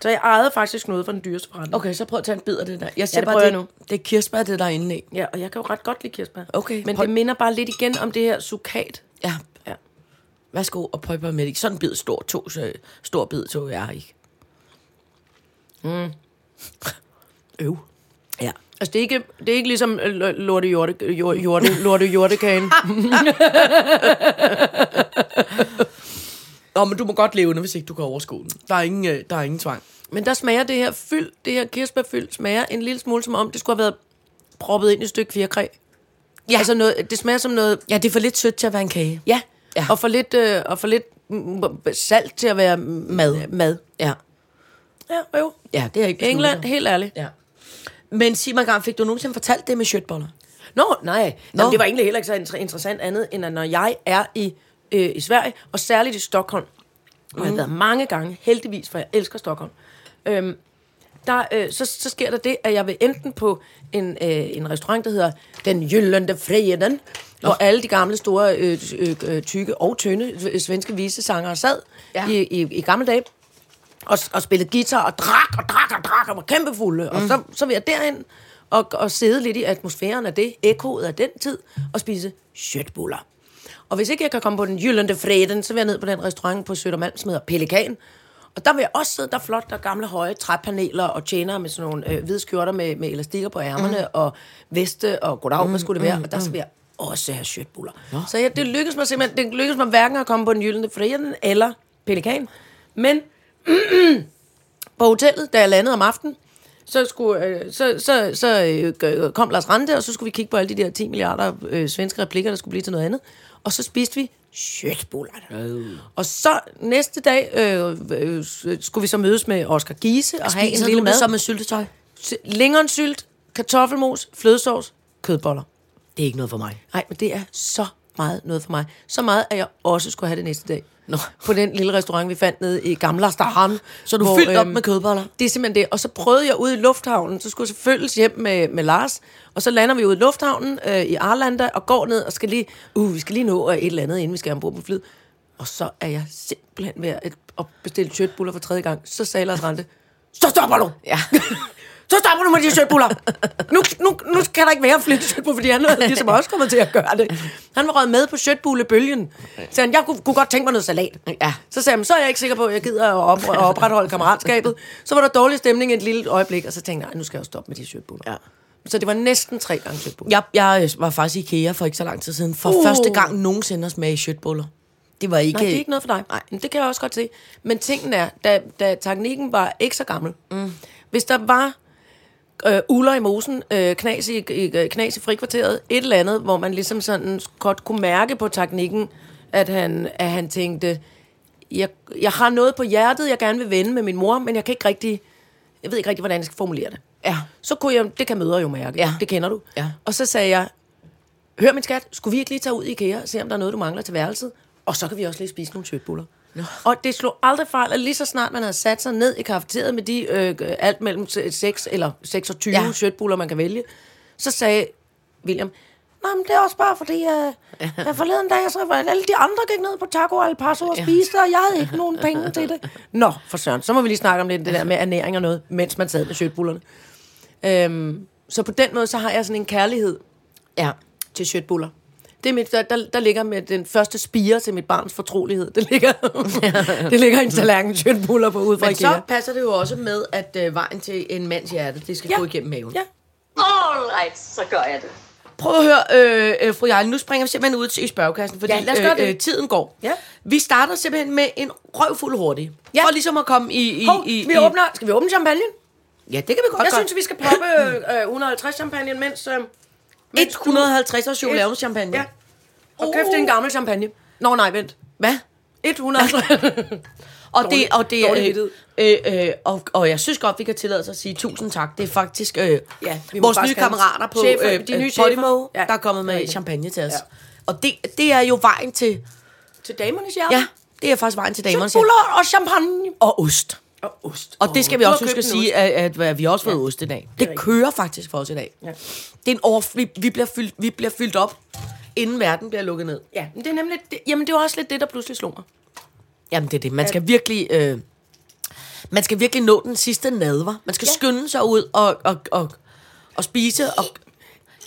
Så jeg ejede faktisk noget fra den dyreste forretning.
[laughs] Okay, så prøv at tage en bid af det der. Jeg ser
Ja, det
det bare,
prøver
det,
jeg nu.
det er kirsebær, det der er inde i.
Ja, og jeg kan jo ret godt lide kirsebær.
Okay,
Men
hold-
det minder bare lidt igen om det her sukat.
Ja.
Ja.
Værsgo og prøv med det. Sådan en bid stor, to, så, stor bid tog jeg ikke.
Øv.
Ja.
Altså, det er ikke, det er ikke ligesom øh, l- lorte jorte, jorte, jorte, [laughs] lorte jortekagen.
Nå, men du må godt leve den, hvis ikke du kan overskue den. Der er ingen, øh, der er ingen tvang.
Men der smager det her fyld, det her kirsebærfyld, smager en lille smule som om, det skulle have været proppet ind i et stykke fjerkræ. Ja. Altså, noget, det smager som noget...
Ja, det er for lidt sødt til at være en kage.
Ja.
Ja.
ja. Og for lidt, øh, og for lidt mm, mm, salt til at være mad. mad.
Ja.
Ja, jo.
Ja, det er ikke besluttet.
England, helt ærligt.
Ja. Men sig mig engang, fik du nogensinde fortalt det med shirtboller?
Nå, nej. Nå.
Nå.
Jamen, det var egentlig heller ikke så inter- interessant andet, end at når jeg er i, øh, i Sverige, og særligt i Stockholm, mm. og jeg har været mange gange, heldigvis, for jeg elsker Stockholm, øhm, der, øh, så, så sker der det, at jeg vil enten på en, øh, en restaurant, der hedder Den Jyllende Freden, hvor alle de gamle, store, øh, øh, øh, tykke og tynde øh, svenske visesangere sad
Ja.
ja. i, i, i gamle dage og, og spillede guitar og drak og drak og drak og var kæmpe fulde. Mm. Og så, så vil jeg derind og, og sidde lidt i atmosfæren af det, ekkoet af den tid, og spise shirtbuller. Og hvis ikke jeg kan komme på den jyllende freden, så vil jeg ned på den restaurant på Sødermalm, som hedder Pelikan. Og der vil jeg også sidde der er flot, der er gamle høje træpaneler og tjenere med sådan nogle øh, hvide skjorter med, med elastikker på ærmerne mm. og veste og goddag, mm, hvad skulle det være? Mm, og der skal jeg også have shirtbuller. Så jeg, det lykkedes mig simpelthen, det lykkedes mig hverken at komme på den jyllende freden eller Pelikan. Men på hotellet, da jeg landede om aftenen, så, skulle, øh, så, så, så øh, kom Lars Rande, og så skulle vi kigge på alle de der 10 milliarder øh, svenske replikker, der skulle blive til noget andet. Og så spiste vi shitbuller. Og så næste dag øh, øh, skulle vi så mødes med Oscar Giese og have en lille mad.
så med syltetøj?
Lingonsylt, kartoffelmos, flødesovs, kødboller.
Det er ikke noget for mig.
Nej, men det er så meget noget for mig. Så meget, at jeg også skulle have det næste dag. Nå. På den lille restaurant, vi fandt nede i Gamla øh, Stahan.
Så du fyldt op med kødboller?
Det er simpelthen det. Og så prøvede jeg ude i lufthavnen, så skulle jeg selvfølgelig hjem med, med Lars. Og så lander vi ude i lufthavnen øh, i Arlanda og går ned og skal lige, uh, vi skal lige nå øh, et eller andet, inden vi skal ombord på flyet. Og så er jeg simpelthen ved at, at bestille kjøtbuller for tredje gang. Så sagde Lars Rante, så stopper du!
Ja.
[laughs] Så stopper du med de shirtbuller. Nu, nu, nu kan der ikke være flere shirtbuller, fordi han er ligesom også kommet til at gøre det. Han var røget med på shirtbullebølgen. Så han, jeg kunne, kunne, godt tænke mig noget salat.
Ja.
Så sagde han, så er jeg ikke sikker på, at jeg gider at op- at opretholde kammeratskabet. Så var der dårlig stemning et lille øjeblik, og så tænkte jeg, "Ej, nu skal jeg jo stoppe med de shirtbuller.
Ja.
Så det var næsten tre gange shirtbuller.
Jeg, jeg var faktisk i IKEA for ikke så lang tid siden. For uh.
Uh.
første gang nogensinde at smage shirtboller. Det var ikke...
Nej, det er ikke noget for dig. Nej. Men det kan jeg også godt se. Men tingen er, da, da teknikken var ikke så gammel, mm. hvis der var øh, uler i mosen, øh, knas, i, i, knas i frikvarteret, et eller andet, hvor man ligesom sådan godt kunne mærke på teknikken, at han, at han tænkte, jeg, jeg har noget på hjertet, jeg gerne vil vende med min mor, men jeg kan ikke rigtig, jeg ved ikke rigtig, hvordan jeg skal formulere det.
Ja.
Så kunne jeg, det kan møder jo mærke,
Ja.
ja. det kender du.
Ja.
Og så sagde jeg, hør min skat, skulle vi ikke lige tage ud i IKEA og se, om der er noget, du mangler til værelset? Og så kan vi også lige spise nogle tøtbuller. No. Og det slog aldrig fejl, at lige så snart man havde sat sig ned i kafeteriet med de øh, alt mellem 6 eller 26
Ja.
ja. shirtbuller, man kan vælge, så sagde William, Nej, men det er også bare fordi, jeg, jeg forleden dag, så var alle de andre gik ned på Taco Al Paso og spiste, og jeg havde ikke nogen penge til det. Nå, for søren, så må vi lige snakke om lidt det der med ernæring og noget, mens man sad med shirtbullerne. Øhm, så på den måde, så har jeg sådan en kærlighed
Ja.
til shirtbuller. Det er mit, der, der, der ligger med den første spire til mit barns fortrolighed. Det ligger, [laughs] det ligger en tallerken shirtbuller på ude fra
Men
IKEA.
så passer det jo også med, at øh, vejen til en mands hjerte, det skal ja. gå igennem maven.
Ja.
All right, så gør jeg det.
Prøv at høre, øh, øh, fru Jarl, nu springer vi simpelthen ud til i spørgekassen, fordi øh,
Ja, lad os gøre det.
tiden går.
Ja.
Vi starter simpelthen med en røvfuld hurtig. Ja. For ligesom at komme i... i,
Hov,
i
vi
i,
åbner, skal vi åbne champagne?
ja, det kan vi godt
Jeg
gøre.
synes, vi skal [clears throat] poppe øh, øh, 150 champagne, mens... Øh, mens du-
150 års jubilæumschampagne.
Ja. Og kæft, det er en gammel champagne. Nå nej, vent.
Hvad?
150.
Og det, og det
dårlig
øh, øh, øh, og, og jeg synes godt, vi kan tillade os at sige tusind tak. Det er faktisk øh, ja,
Ja, vi må
vores nye
faktisk gerne-
kammerater på
Chefer,
øh,
de nye
øh, Podimo,
chefer.
ja,
Ja,
der er kommet med
det er rigtigt.
champagne til os. Ja.
Ja.
Og det, det er jo vejen til...
[laughs] Til damernes hjerte.
Ja, det er faktisk vejen til damerne.
Så buller og champagne.
Og ost.
Og ost.
Og det skal vi
Du har
også huske at
købt en
sige, at, at vi har også fået ja. ost i dag. Det, det
rigtigt.
kører faktisk for os i dag. Ja. Det er en over, vi, vi, bliver fyldt, vi bliver fyldt op, inden verden bliver lukket ned.
Ja, men det er nemlig... Det, jamen, det var også lidt det, der pludselig slog mig.
Jamen det er det. Man skal virkelig... Øh, man skal virkelig nå den sidste nadver. Man skal ja. skynde sig ud og, og, og, og spise. Og,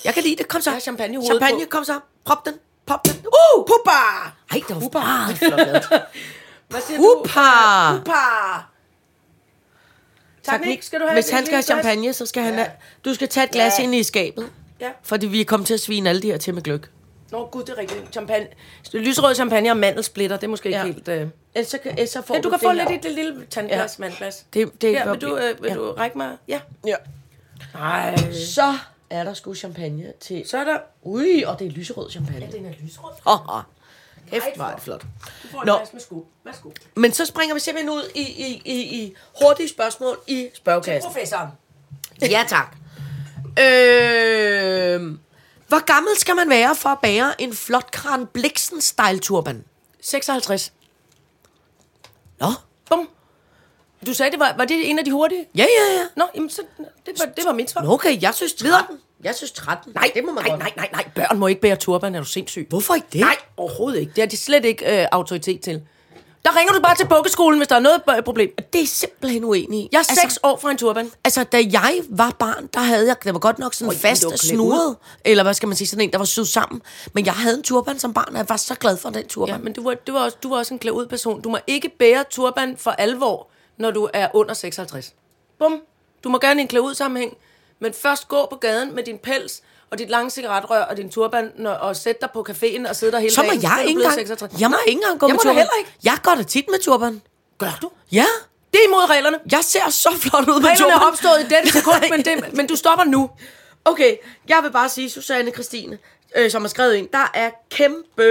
jeg kan lide det. Kom så.
Jeg har champagne i hovedet
Champagne,
på.
kom så. Prop den. Pop den. Uh! Ah,
Puppa!
Ej, det var
Huppa.
meget flot lavet.
Hvad siger
Huppa!
du? Puppa! Teknik, skal du have
Hvis
et
han
lille
skal have
glas?
champagne, så skal han have, Du skal tage et glas ja. ind i skabet.
Ja.
Fordi vi er kommet til at svine alle de her til med gløk.
Nå, gud, det er rigtigt. Champagne. Lysrød champagne og mandelsplitter, det er måske ikke
Ja.
helt... Øh...
Ellers så, kan, ellers så får
Ja, du kan få
det
lidt i
her.
det lille tandglas, ja. mandglas.
Det- det er
Her,
godt.
vil du, øh, vil
Ja.
du række mig? Ja.
Ja.
Nej.
Så er der sgu champagne til...
Så er der...
Ui, og det er lyserød champagne.
Den er lysrød.
Haha. Kæft, var det flot.
Du får en
Nå.
glas med sko. Værsgo.
Men så springer vi simpelthen ud i, i, i, i hurtige spørgsmål i spørgekassen.
Professoren.
Ja, tak. Øh, hvor gammel skal man være for at bære en flot Karen Bliksen style turban?
56.
Nå.
Bum. Du sagde, det var, var det en af de hurtige?
Ja, ja, ja.
Nå, jamen, så, det, var, det var mit svar.
Nå, okay, jeg synes 13. Jeg synes 13. Nej, det må man
nej,
godt.
nej, nej, nej, børn må ikke bære turban, er du sindssyg?
Hvorfor ikke det?
Nej, overhovedet ikke. Det har de slet ikke øh, autoritet til. Der ringer du bare til bukkeskolen, hvis der er noget øh, problem.
Det er jeg simpelthen uenig i.
Jeg er seks år fra en turban.
Altså, da jeg var barn, der havde jeg, det var godt nok sådan
men
fast
det var klædt
snuret, eller hvad skal man sige, sådan en, der var syet sammen. Men jeg havde en turban som barn, og jeg var så glad for den turban.
Ja, men du var, du var, også, du var også en klæd ud person. Du må ikke bære turban for alvor, når du er under 56. Bum. Du må gerne i en klæd ud sammenhæng, men først gå på gaden med din pels og dit lange cigaretrør og din turban, når, og sæt dig på caféen og sidde der hele
så må
dagen.
jeg
er du
ikke
blevet
engang,
56.
jeg må ikke engang gå
jeg
med
må da
turban.
heller ikke.
Jeg går da tit med turban.
Gør du?
Ja,
Det er imod reglerne.
jeg ser så flot ud med
Reglerne
turban.
er opstået i dette
[laughs]
sekund, men, det, men du stopper nu.
Okay, jeg vil bare sige, Susanne Christine, øh, som har skrevet ind, der er kæmpe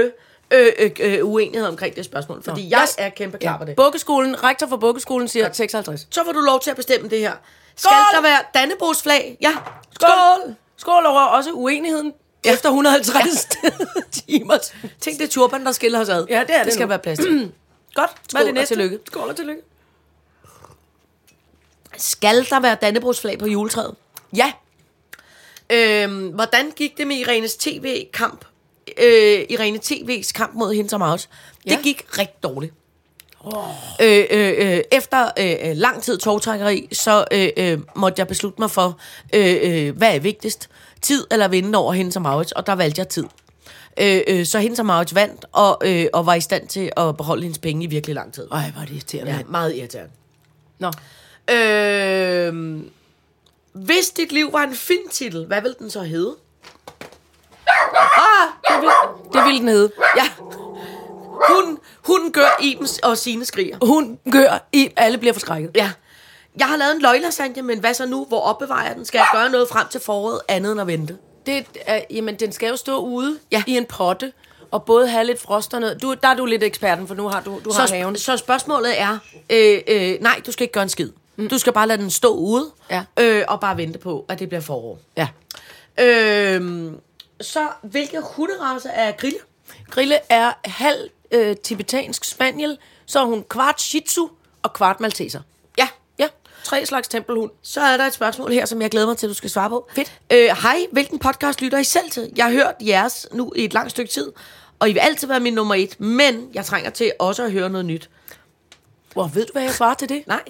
øh, øh, øh, uenighed omkring det spørgsmål, fordi Nå, jeg er kæmpe klar på det.
Bukkeskolen, rektor for bukkeskolen siger 56.
Så får du lov til at bestemme det her. Skal
Skål!
der være Dannebrogs flag? Ja.
Skål! Skål over også uenigheden.
Ja.
[laughs]
Efter 150 ja. timer. Tænk, det er turban, der skiller os ad.
Ja, det er det
Det skal
nu.
være plads til.
Godt. Hvad er det næste?
og tillykke.
Skål og tillykke.
Skal der være dannebrugsflag på juletræet?
Ja.
Øhm, hvordan gik det med Irenes tv-kamp? Øh, Irene TV's kamp mod hende som også. Ja. Det gik rigtig dårligt. Oh. Øh, øh, øh, efter øh, øh, lang tid togtrækkeri, så øh, øh, måtte jeg beslutte mig for, øh, øh, hvad er vigtigst? Tid eller vinde over hende som Maurits, og der valgte jeg tid. Øh, øh, så hende som Maurits vandt, og, øh, og var i stand til at beholde hendes penge i virkelig lang tid.
Ej, hvor er det irriterende.
ja. Meget irriterende.
Nå.
Øh, hvis dit liv var en filmtitel, hvad ville den så hedde?
Det ville den hedde.
Ja. Hun, hun gør Ibens og sine skriger.
Hun gør i... Alle bliver forskrækket.
Ja. Jeg har lavet en løglasagne, men hvad så nu? Hvor opbevarer jeg den? Skal jeg gøre noget frem til foråret andet end at vente?
Det er, jamen, den skal jo stå ude
Ja.
i en potte, og både have lidt frost og noget. Du, der er du lidt eksperten, for nu har du, du har
så,
haven.
sp- så spørgsmålet er, øh, øh, nej, du skal ikke gøre en skid. Mm. Du skal bare lade den stå ude,
Ja.
øh, og bare vente på, at det bliver forår.
Ja.
Øh, så, hvilke hunderaser er grille?
Grille er halv øh, tibetansk spaniel, så er hun kvart shih tzu og kvart malteser.
Ja.
Ja, tre slags tempelhund.
Så er der et spørgsmål her, som jeg glæder mig til, at du skal svare på.
Fedt.
Øh, Hej, hvilken podcast lytter I selv til? Jeg har hørt jeres nu i et langt stykke tid, og I vil altid være min nummer et, men jeg trænger til også at høre noget nyt.
Hvor ved du, hvad jeg svarer til det?
Nej.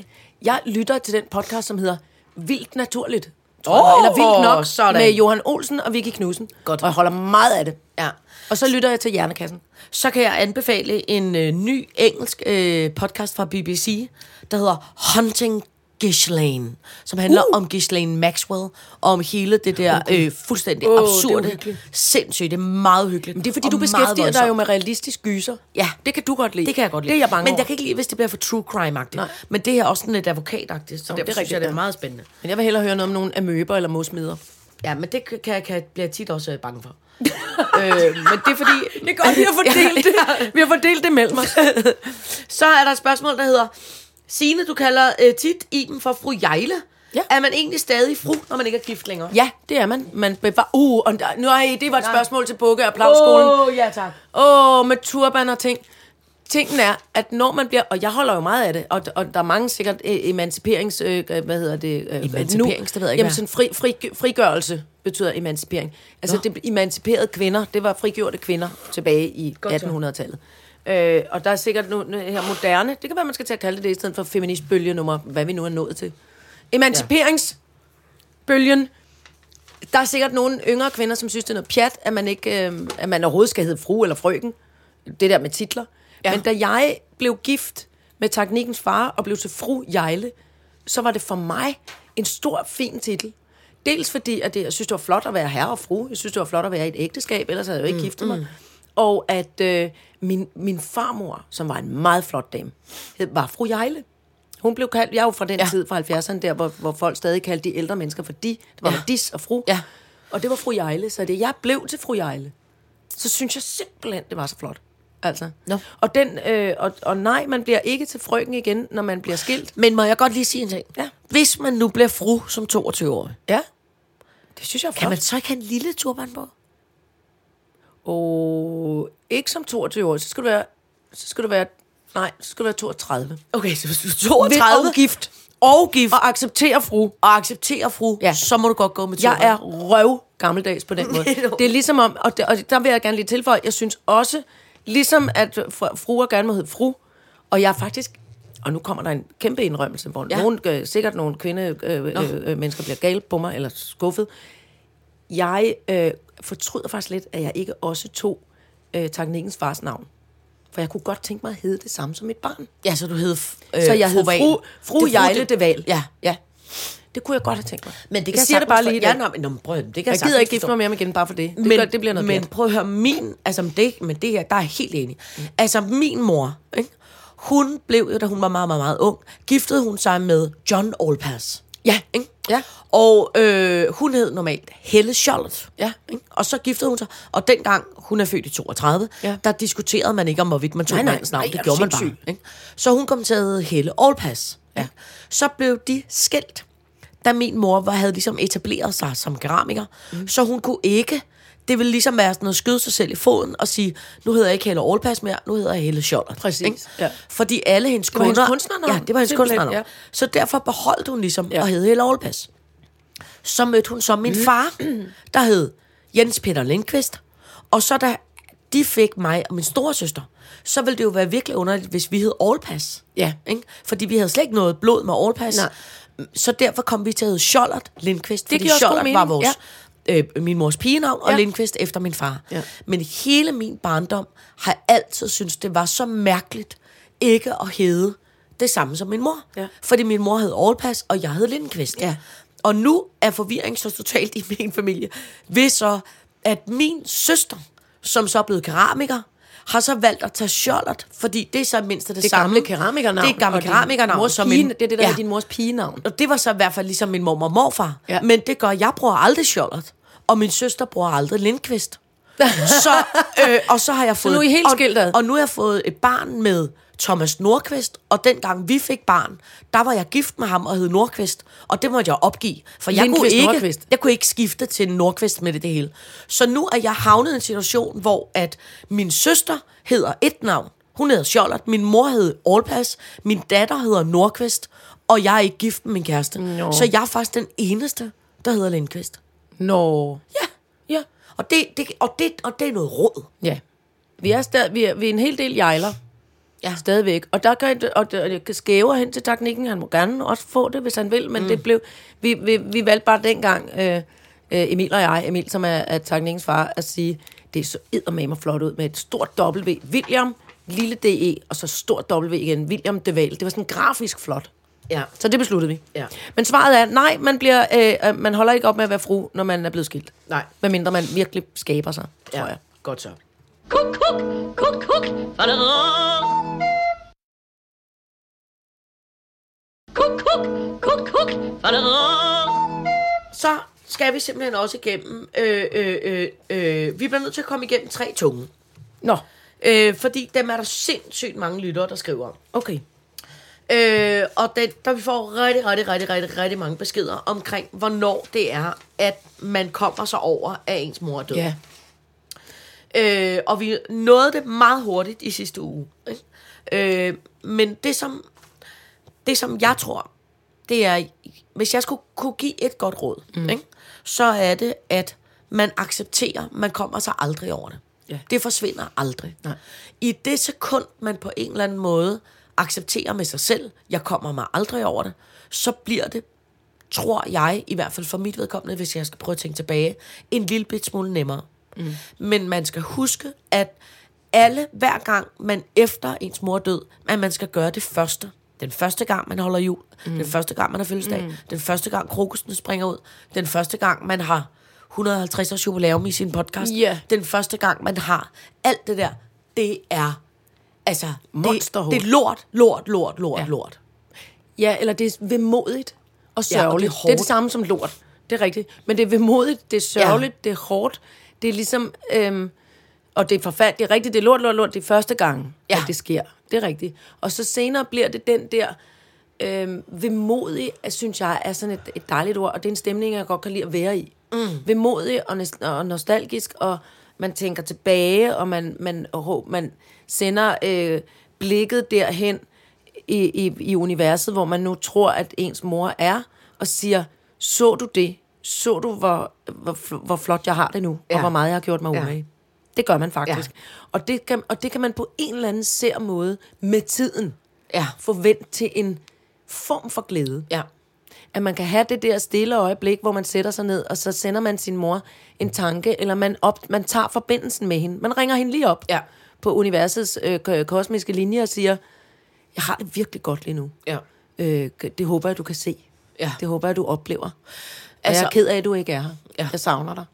Jeg lytter til den podcast, som hedder Vildt Naturligt. tror jeg.
Åh,
Eller Vildt Nok
sådan.
med Johan Olsen og Vicky Knudsen. Godt. Og jeg holder meget af det.
Ja.
Og så lytter jeg til Hjernekassen.
Så kan jeg anbefale en øh, ny engelsk øh, podcast fra BBC, der hedder Hunting Ghislaine, som handler uh. om Ghislaine Maxwell, og om hele det der øh, fuldstændig
Åh,
oh,
det er
absurde,
uhyggeligt.
sindssygt, det er meget hyggeligt. Men
Det er fordi, du beskæftiger dig jo med realistisk gyser.
Ja.
Det kan du godt lide.
Det kan jeg godt lide.
Det er jeg bange
Men
over.
jeg kan ikke lide, hvis det bliver for true crime-agtigt.
Nej.
Men det her er også sådan lidt advokatagtigt, så
Nå,
derfor
det er
synes
rigtigt,
jeg, det er
ja.
meget spændende.
Men jeg vil hellere høre noget om nogle amøber eller mosmider.
Ja, men det kan, kan, kan bliver jeg tit også øh,
[laughs]
bange for. øh, men det er fordi...
Det er godt, vi har fordelt det. Vi har fordelt det mellem os.
[laughs] Så er der et spørgsmål, der hedder... Signe, du kalder øh, tit Iben for fru Jejle.
Ja.
Er man egentlig stadig fru, når man ikke er gift længere?
Ja, det er man. Man bevar... Uh, og der... nej, det var et spørgsmål til Bukke og Plagskolen. Åh,
ja tak.
oh. oh, med turban og ting. Tingen er, at når man bliver... Og jeg holder jo meget af det, og, og der er mange sikkert øh, emanciperings... Øh, hvad hedder det? Øh,
Emanciperings, det ved jeg ikke,
Jamen,
hvad
sådan fri, fri, frigørelse betyder emancipering. Altså, det emanciperede kvinder, det var frigjorte kvinder tilbage i 1800-tallet. Øh, og der er sikkert nu, nu her moderne... Det kan være, man skal til at kalde det det, i stedet for feministbølge nummer, hvad vi nu er nået til. Emanciperings bølgen. Der er sikkert nogle yngre kvinder, som synes, det er noget pjat, at man, ikke, øh, at man overhovedet skal hedde fru eller frøken. Det der med titler. Ja. Men da jeg blev gift med teknikkens far og blev til fru Jejle, så var det for mig en stor, fin titel. Dels fordi, at det, jeg synes, det var flot at være herre og fru. Jeg synes, det var flot at være i et ægteskab, ellers havde jeg jo ikke mm. giftet mig. Og at øh, min, min farmor, som var en meget flot dame, hed, var fru Jejle. Hun blev kaldt, jeg er jo fra den ja. tid, fra 70'erne der, hvor, hvor folk stadig kaldte de ældre mennesker for de. Det var ja. dis og fru.
Ja.
Og det var fru Jejle, så det jeg blev til fru Jejle. Så synes jeg simpelthen, det var så flot. Altså.
Nå.
Og, den, øh, og, og nej, man bliver ikke til frøken igen, når man bliver skilt.
Men må jeg godt lige sige en ting?
Ja.
Hvis man nu bliver fru som 22-årig,
Ja. Det synes jeg er flot.
kan man så ikke have en lille turban på?
Og ikke som 22 år, så skal du være... Så skal du være nej, så skal du være 32.
Okay, så hvis du er
Ved
32
og gift.
og gift
Og acceptere fru.
og accepterer fru,
Ja.
ja. så må du godt gå med turban.
Jeg er røv gammeldags på den måde. [laughs] Det er ligesom om, og, det, og der vil jeg gerne lige tilføje, jeg synes også, ligesom at fr- fruer gerne må hedde fru, og jeg er faktisk, og nu kommer der en kæmpe indrømmelse, hvor ja.
Ja.
nogen, øh, sikkert nogle kvinde, øh, øh, øh, mennesker bliver gale på mig, eller skuffet. Jeg øh, fortryder faktisk lidt, at jeg ikke også tog øh, teknikkens fars navn. For jeg kunne godt tænke mig at hedde det samme som mit barn.
Ja, så du hed... Øh,
Så jeg hed
Val.
fru, fru
Det er
Jejle de Val.
Ja.
ja. Det kunne jeg godt have tænkt mig.
Men det kan
jeg siger det bare lige. i
Ja,
dag.
nå, men, nå, men prøv, at høre, det kan
Jeg gider
sagtens
ikke gifte
forstå.
mig mere igen bare for det. Det,
men,
gør, det bliver noget
Men
pjat.
prøv at høre, min... Altså, men det, men det her, der er jeg helt enig. Altså, min mor, ikke? hun blev jo, da hun var meget, meget, meget ung, giftede hun sig med John Allpass.
Ja,
Ikke?
Ja.
Og øh, hun hed normalt Helle Schollet.
Ja.
Ikke? Og så giftede hun sig. Og dengang, hun er født i 32,
Ja.
der diskuterede man ikke om, hvorvidt man tog
Nej, nej.
mandens navn.
Ej, er
det
du
gjorde man bare.
sindssyg?
Ikke? Så hun kom til at hedde Helle Allpass. Ja. Så blev de skilt. da min mor var, havde ligesom etableret sig som keramiker, mm. så hun kunne ikke, det ville ligesom være sådan at skyde sig selv i foden og sige, nu hedder jeg ikke Helle Aalpas mere, nu hedder jeg Helle Scholler.
Præcis,
Ikke?
ja.
Fordi alle hendes
var hendes
kunder...
kunstnernavn,
Ja, det var hendes
simpelthen,
kunstnernavn.
ja.
Ja. Så derfor beholdt hun ligesom
Ja.
ja. og hed Helle Aalpas. Så mødte hun så
Mm.
min far, der hed Jens Peter Lindqvist. Og så da de fik mig og min storesøster, så ville det jo være virkelig underligt, hvis vi hed Aalpas.
Ja.
Ikke? Fordi vi havde slet ikke noget blod med Aalpas.
Nej.
Så derfor kom vi til at hedde Schollert Lindqvist, fordi
giver også god
Schollert var
mening,
vores, ja. øh, min mors pigenavn, og
Ja.
ja. Lindqvist efter min far.
Ja.
Men hele min barndom har jeg altid syntes, det var så mærkeligt ikke at hedde det samme som min mor.
Ja.
Fordi min mor hed Aalpas, og jeg hed Lindqvist.
Ja.
Og nu er forvirring så totalt i min familie, ved så, at min søster, som så er blevet keramiker, har så valgt at tage Schollert, fordi det er så mindst det,
Det er
samme.
gamle keramikernavn.
Det er gamle
og din
keramikernavn.
mors
som
pige-
en-
Det er det, der ja. er din mors pigenavn.
og det var så i hvert fald ligesom min mormor og morfar.
Ja.
Ja. Men det gør, jeg bruger aldrig Schollert. Og min søster bruger
[laughs]
aldrig Lindqvist. så, øh, og så har jeg fået...
nu er I helt
og,
skilt ad?
Og nu har jeg fået et barn med Thomas Nordqvist, og dengang vi fik barn, der var jeg gift med ham og hed Nordqvist, og det måtte jeg opgive, for jeg kunne,
Lindqvist,
ikke,
Nordqvist.
jeg kunne ikke skifte til Nordqvist med det, det hele. Så nu er jeg havnet i en situation, hvor at min søster hedder et navn, hun hedder Schollert, min mor hedder Allpass, min datter hedder Nordqvist, og jeg er ikke gift med min kæreste.
Nå.
Så jeg er faktisk den eneste, der hedder Lindqvist.
Nå.
Ja, ja. Og det, det, og det, og det er noget råd.
Ja. Vi er, stadig, vi er, vi er en hel del jejler.
Ja.
Stadigvæk. Og der kan, og der, kan skæver hen til teknikken. Han må gerne også få det, hvis han vil. Men mm. det blev... Vi, vi, vi valgte bare dengang, øh, øh, Emil og jeg, Emil som er, er teknikkens far, at sige, det så eddermame flot ud med et stort W. William, lille DE, og så stort W igen. William Deval. Det var sådan grafisk flot.
Ja.
Så det besluttede vi.
Ja.
Men svaret er, nej, man, bliver, øh, øh, man holder ikke op med at være fru, når man er blevet skilt.
Nej.
Medmindre man virkelig skaber sig, ja. tror jeg.
Godt så.
Kuk, kuk, kuk, kuk, faderok. Kuk, kuk, kuk, kuk, faderok.
så skal vi simpelthen også igennem. Øh, øh, øh, øh, vi bliver nødt til at komme igennem tre tunge.
Nå,
Øh, fordi dem er der sindssygt mange lyttere, der skriver om.
okay.
Øh, og den, der vi får rigtig, rigtig, rigtig, rigtig, rigtig mange beskeder omkring, hvornår det er, at man kommer sig over, at ens mor er død.
Ja.
Øh, og vi nåede det meget hurtigt i sidste uge. Ikke? Øh, men det som, det, som jeg tror, det er, hvis jeg skulle kunne give et godt råd, mm. ikke? så er det, at man accepterer, man kommer sig aldrig over det.
Ja.
Det forsvinder aldrig.
Nej.
I det sekund, man på en eller anden måde accepterer med sig selv, jeg kommer mig aldrig over det, så bliver det tror jeg, i hvert fald for mit vedkommende, hvis jeg skal prøve at tænke tilbage, en lille bit smule nemmere. Mm. Men man skal huske, at alle, hver gang man efter ens mor er død, at man skal gøre det første. Den første gang, man holder jul, mm. den første gang, man har fødselsdag, mm. den første gang, krokusen springer ud, den første gang, man har 150 års jubilæum i sin podcast,
Ja.
den første gang, man har alt det der, det er altså, det,
Monsterhul.
det er lort, lort, lort, lort,
Ja.
ja. lort.
Ja, eller det er vemodigt og
Ja, og det er
sørgeligt. det, er det er
hårdt.
det samme som lort. Det er rigtigt. Men det er vemodigt, det er sørgeligt, ja. det er hårdt. Det er ligesom... Øhm, og det er forfærdeligt. Det er rigtigt, det er lort, lort, lort. Det er første gang, ja.
Ja.
at det sker. Det er rigtigt. Og så senere bliver det den der... Øhm, vemodig, er- synes jeg, er sådan et, et dejligt ord, og det er en stemning, jeg godt kan lide at være i. Mm. Vemodig og, næsten, og nostalgisk, og man tænker tilbage, og man, man, og håb- man sender øh, blikket derhen i, i, i universet, hvor man nu tror, at ens mor er, og siger, så du det? Så du, hvor, hvor, fl- hvor flot jeg har det nu, ja. og
Ja.
hvor meget jeg har gjort mig
Ja.
umage? Det gør man faktisk. Ja. Og, det kan, og det kan man på en eller anden sær måde med tiden
Ja.
forvente til en form for glæde.
Ja.
At man kan have det der stille øjeblik, hvor man sætter sig ned, og så sender man sin mor en tanke, eller man, op, man tager forbindelsen med hende. Man ringer hende lige op
Ja.
på universets øh, ko- kosmiske linje og siger, jeg har det virkelig godt lige nu.
Ja.
Øh, det håber jeg, du kan se.
Ja.
Det håber jeg, du oplever. Altså,
Altså-
jeg er ked af, at du ikke er her.
Ja.
Jeg savner dig.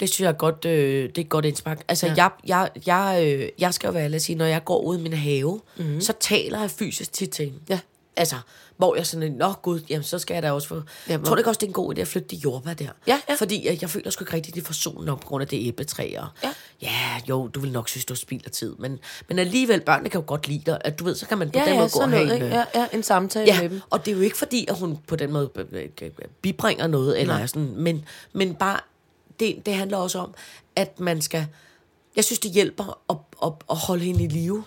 Det synes jeg er godt, øh, det er et godt indspark. Altså,
Ja.
ja. jeg, jeg, jeg, øh, jeg skal jo være ærlig og sige, når jeg går ud i min have, mm-hmm. så taler jeg fysisk tit til hende.
Mhm. Ja.
Altså, hvor jeg sådan, nå gud, jamen så skal jeg da også få... Jamen.
Jamen.
Tror du ikke også, det er en god idé at flytte de jordbær der?
Ja, ja.
Fordi jeg, jeg føler sgu ikke rigtigt, det får solen nok på grund af det æbletræ. Og,
Ja.
ja. jo, du vil nok synes, du spilder tid. Men, men alligevel, børnene kan jo godt lide dig. At du ved, så kan man på
Ja,
den
ja,
måde gå og
sådan
have
noget,
en, øh,
ikke? Ja, ja, en samtale med
Ja,
dem.
og det er jo ikke fordi, at hun på den måde øh, øh, øh, bibringer noget, eller
Nej.
sådan, men, men bare, det, det handler også om, at man skal, jeg synes, det hjælper at, at, at holde hende i live.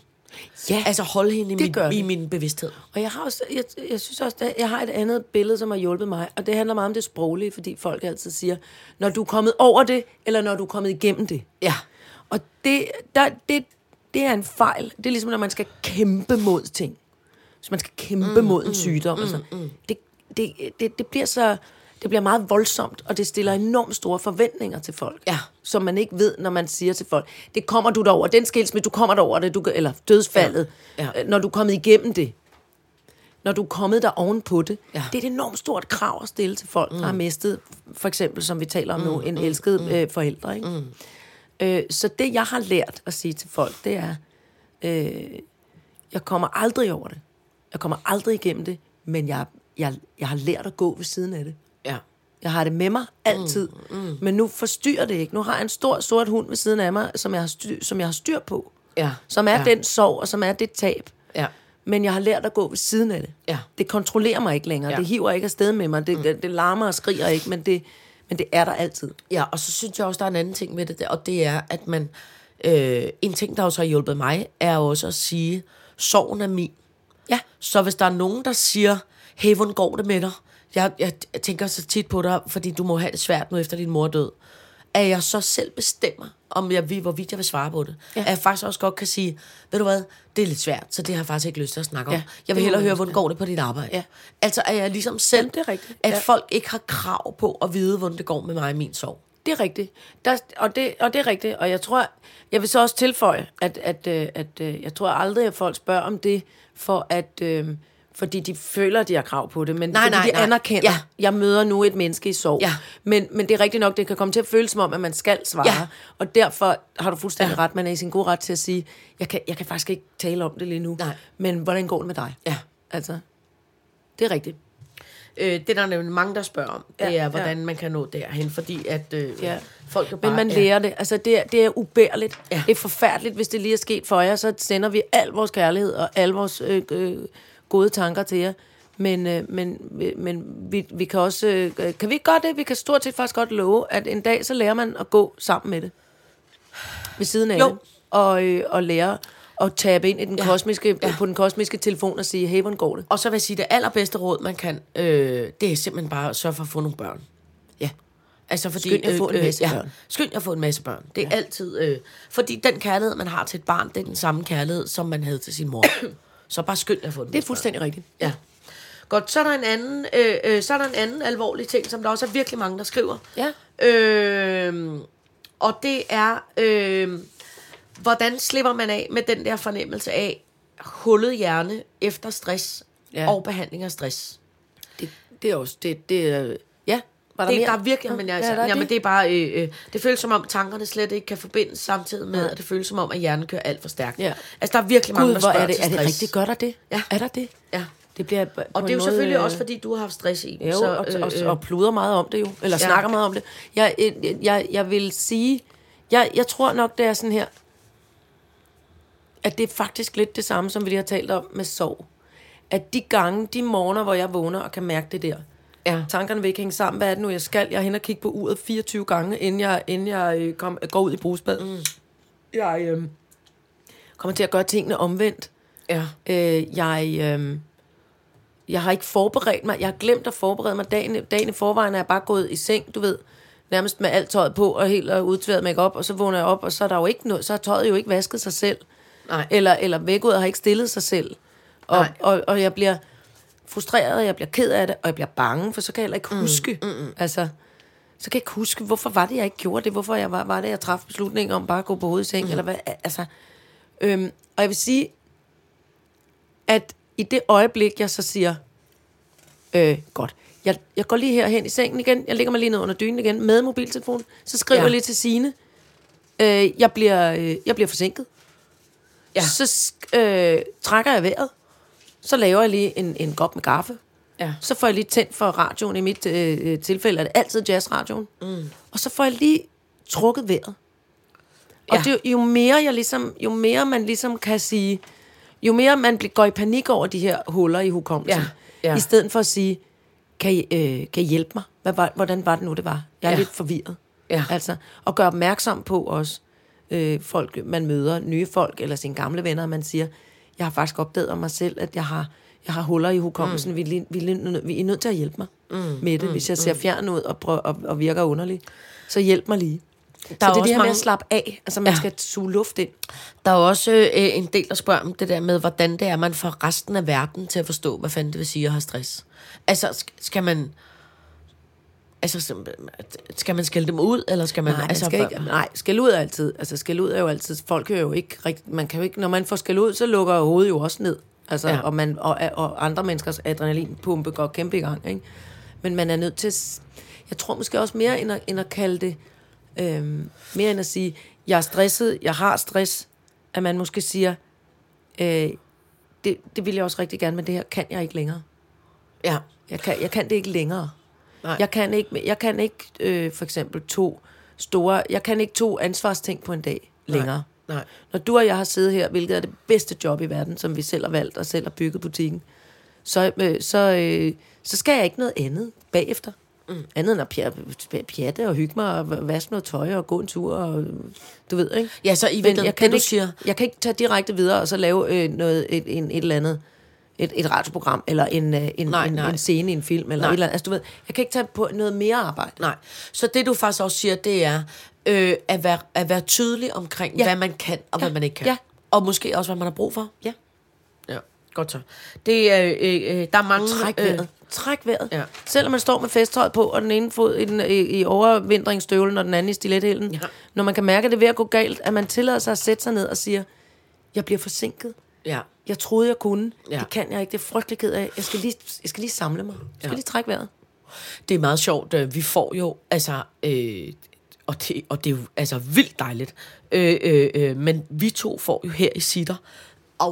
Ja,
Altså holde hende i,
det
min,
gør
i
det.
min bevidsthed.
Og jeg har også, jeg, jeg synes også, at jeg har et andet billede, som har hjulpet mig, og det handler meget om det sproglige, fordi folk altid siger, når du er kommet over det, eller når du er kommet igennem det.
Ja.
Og det, der, det, det er en fejl. Det er ligesom, når man skal kæmpe mod ting. Hvis man skal kæmpe mm, mod en sygdom. Mm, altså. mm. Det, det, det, det bliver så... Det bliver meget voldsomt, og det stiller enormt store forventninger til folk.
Ja.
Som man ikke ved, når man siger til folk, det kommer du derover, den skilsmisse, du kommer derover det, du, kan- eller dødsfaldet,
Ja. Ja.
øh, når du er kommet igennem det. Når du er kommet der ovenpå det.
Ja.
Det er et enormt stort krav at stille til folk, mm. der har mistet, for eksempel, som vi taler om nu,
Mm,
en elsket øh, forældre. Ikke? Mm. Øh, så det, jeg har lært at sige til folk, det er, øh, jeg kommer aldrig over det. Jeg kommer aldrig igennem det, men jeg, jeg, jeg har lært at gå ved siden af det.
Ja.
Jeg har det med mig altid. Mm, mm. Men nu forstyrrer det ikke. Nu har jeg en stor sort hund ved siden af mig, som jeg har styr, som jeg har styr på.
Ja.
Som er
Ja.
ja. den sorg, og som er det tab.
Ja.
Men jeg har lært at gå ved siden af det.
Ja.
Det kontrollerer mig ikke længere.
Ja.
Ja. Det hiver ikke afsted med mig. Det, mm. det, det larmer og skriger ikke, men det, men det er der altid.
Ja, og så synes jeg også, der er en anden ting ved det der, og det er, at man... Øh, en ting, der også har hjulpet mig, er også at sige, sorgen er min.
Ja.
Så hvis der er nogen, der siger, hey, hvordan går det med dig? Jeg, jeg tænker så tit på dig, fordi du må have det svært nu efter din mor er død. At jeg så selv bestemmer, om jeg vil, hvorvidt jeg vil svare på det. Ja. At jeg faktisk også godt kan sige, ved du hvad, det er lidt svært, så det har jeg faktisk ikke lyst til at snakke ja,
Ja,
om.
det
Jeg vil
må
hellere
man
høre,
også,
hvordan går det på dit arbejde.
Ja.
Altså at jeg ligesom selv,
Jamen, det er rigtigt.
at
Ja.
folk ikke har krav på at vide, hvordan det går med mig og min sorg.
Det er rigtigt. Der, og, det, og det er rigtigt. Og jeg tror, jeg vil så også tilføje, at, at, øh, at øh, jeg tror aldrig, at folk spørger om det, for at, øh, fordi de føler, at de har krav på det, men
Nej,
fordi
nej,
de
nej.
anerkender,
Ja.
jeg møder nu et menneske i sorg.
Ja.
Men, men det er rigtigt nok, det kan komme til at føles som om, at man skal svare.
Ja.
Og derfor har du fuldstændig ja. ret, man er i sin gode ret til at sige, jeg kan, jeg kan faktisk ikke tale om det lige nu,
Nej.
men hvordan går det med dig?
Ja.
Altså, det er rigtigt.
Øh, det der er nemlig mange, der spørger om, det
Ja,
er, hvordan man kan nå derhen, fordi at øh,
Ja.
folk er bare...
Men man
er-
lærer det. Altså, det er, det er ubærligt.
Ja.
Ja. Det er forfærdeligt, hvis det lige er sket for jer. Så sender vi al vores kærlighed og al vores øh, øh, gode tanker til jer. Men, øh, men, øh, men vi, vi kan også... Øh, kan vi ikke godt det? Vi kan stort set faktisk godt love, at en dag, så lærer man at gå sammen med det. Ved siden af
Jo.
det. Og, øh, og lære at tabe ind i den
Ja.
ja. kosmiske,
Ja.
ja. på den kosmiske telefon og sige, hey, hvordan går det?
Og så vil jeg sige, det allerbedste råd, man kan, øh, det er simpelthen bare at sørge for at få nogle børn. Ja. Altså fordi,
Skynd jer at få en masse
ja,
børn.
Skynd jer at få en masse børn. Det er ja. altid... Øh, fordi den kærlighed, man har til et barn, det er den samme kærlighed, som man havde til sin mor. [coughs] så bare skynd jer at få en
Det er fuldstændig rigtigt.
Ja. Godt, så er der en anden, øh, øh, så er der en anden alvorlig ting, som der også er virkelig mange, der skriver.
Ja.
Øh, og det er, øh, hvordan slipper man af med den der fornemmelse af hullet hjerne efter stress
Ja.
ja. og behandling af stress?
Det, det er også... Det, det, er- ja, var der
det,
mere?
der er virkelig, men jeg,
Ja, der er
jamen,
det.
det er bare, øh, øh, det føles som om tankerne slet ikke kan forbindes samtidig med, at det føles som om, at hjernen kører alt for stærkt.
Ja.
Altså, der er virkelig mange,
Gud,
der
hvor
spørger
er det,
til
er det
stress.
rigtigt godt, er det?
Ja.
Er der det?
Ja.
Det bliver på
Og det er
en
jo
måde,
selvfølgelig
øh,
også, fordi du har haft stress i. øh,
Jo, så, og, og, og pluder meget om det jo, eller
Ja.
ja. snakker meget om det. Jeg, jeg, jeg, jeg vil sige, jeg, jeg tror nok, det er sådan her, at det er faktisk lidt det samme, som vi lige har talt om med sorg. At de gange, de morgener, hvor jeg vågner og kan mærke det der,
Ja.
tankerne vil ikke hænge sammen. Hvad er det nu, jeg skal? Jeg er hen og kigge på uret 24 gange, inden jeg, inden jeg øh, kom, går ud i brugsbadet. Mm. Jeg øh, kommer til at gøre tingene omvendt.
ja.
Øh, jeg, øh, jeg har ikke forberedt mig. Jeg har glemt at forberede mig. Dagen, dagen i forvejen er jeg bare gået i seng, du ved. Nærmest med alt tøjet på og helt og udtværet make op, og så vågner jeg op, og så er der jo ikke noget. Så har tøjet jo ikke vasket sig selv.
Nej.
Eller, eller vækket har ikke stillet sig selv. Og,
Nej.
og, og jeg bliver frustreret, og jeg bliver ked af det, og jeg bliver bange, for så kan jeg heller ikke huske. Mm, mm, Altså, så kan jeg ikke huske, hvorfor var det, jeg ikke gjorde det? Hvorfor jeg var, var det, jeg traf beslutningen om bare at gå på hovedet i seng? Mm. Eller hvad? Altså, øhm, og jeg vil sige, at i det øjeblik, jeg så siger, øh, godt, jeg, jeg går lige herhen i sengen igen, jeg lægger mig lige ned under dynen igen med mobiltelefon, så skriver
Ja.
ja. jeg lige til Signe, øh, jeg, bliver, øh, jeg bliver forsinket.
Ja.
Så sk- øh, trækker jeg vejret, Så laver jeg lige en, en kop med kaffe.
Ja.
Så får jeg lige tændt for radioen. I mit øh, tilfælde er det altid jazzradioen. Mm. Og så får jeg lige trukket vejret. Og
Ja.
ja. det, er jo- jo, mere jeg ligesom, jo mere man ligesom kan sige, jo mere man bl- går i panik over de her huller i hukommelsen,
Ja, ja.
i stedet for at sige, kan I, øh, kan I hjælpe mig? Hvad var, hvordan var det nu, det var? Jeg
Ja.
er ja. lidt forvirret.
Ja.
Altså, og gøre opmærksom på også øh, folk, man møder, nye folk eller sine gamle venner, og man siger, jeg har faktisk opdaget om mig selv, at jeg har, jeg har huller i hukommelsen, mm. vi, er lige- vi, er lige- vi er nødt til at hjælpe mig mm. med det, mm. hvis jeg ser fjern ud og, prøver, og, og virker underlig. Så hjælp mig lige. Der så
er
det er
også
det her med
mange-
at slappe af. Altså, man
Ja.
ja. skal suge luft ind.
Der er jo også øh, en del, der spørger om det der med, hvordan det er, man får resten af verden til at forstå, hvad fanden det vil sige at have stress. Altså, sk- skal man... Altså, sim- skal man skælde dem ud, eller skal man...
Nej,
altså,
altså, skal ikke, nej, skal ud er altid. Altså, skal ud er jo altid. Folk hører jo ikke rigtigt. Man kan jo ikke, når man får skal ud, så lukker hovedet jo også ned. Altså,
Ja.
ja. og, man, og, og, andre menneskers adrenalinpumpe går kæmpe i gang, ikke? Men man er nødt til... at s- Jeg tror måske også mere end at, end at kalde det... Øhm, mere end at sige, jeg er stresset, jeg har stress. At man måske siger, øh, det, det vil jeg også rigtig gerne, men det her kan jeg ikke længere.
Ja.
Jeg kan, jeg kan det ikke længere.
Nej.
Nej. Jeg kan ikke, jeg kan ikke øh, for eksempel to store, jeg kan ikke to ansvarsting på en dag længere.
Nej. Nej.
Når du og jeg har siddet her, hvilket er det bedste job i verden, som vi selv har valgt og selv har bygget butikken, så, øh, så, øh, så skal jeg ikke noget andet bagefter. Mm. Andet end at pja- pjatte og hygge mig og vaske noget tøj og gå en tur. Og, øh, du ved, ikke?
Ja, så i
Men
virkeligheden,
jeg kan,
det, du
ikke,
siger...
jeg kan ikke tage direkte videre og så lave øh, noget, et, en, et eller andet et, et radioprogram, eller en, øh, en,
Nej,
nej, en,
nej.
nej. en scene i en film, eller
Nej.
et eller andet. Altså, du ved, jeg kan ikke tage på noget mere arbejde.
Nej. Så det, du faktisk også siger, det er øh, at, være, at være tydelig omkring, ja.
Ja.
hvad man kan og ja. hvad man ikke kan.
Ja.
Og måske også, hvad man har brug for.
Ja.
Ja, godt så. Det er, øh, øh, der er mange...
Træk vejret. Øh, træk vejret.
Ja.
Ja. Selvom man står med festtøj på, og den ene fod i, den, i, i overvintringsstøvlen, og den anden i stilethælen.
Ja.
Ja. Når man kan mærke, at det er ved at gå galt, at man tillader sig at sætte sig ned og siger, jeg bliver forsinket.
ja.
Jeg troede, jeg kunne.
Ja.
Ja. Det kan jeg ikke. Det er jeg frygtelig ked af. Jeg skal lige, jeg skal lige samle mig. Jeg skal
Ja.
ja. lige trække vejret.
Det er meget sjovt. øh, Vi får jo, altså... Øh, og det, og det er jo altså vildt dejligt. Øh, øh, øh, men vi to får jo her i sitter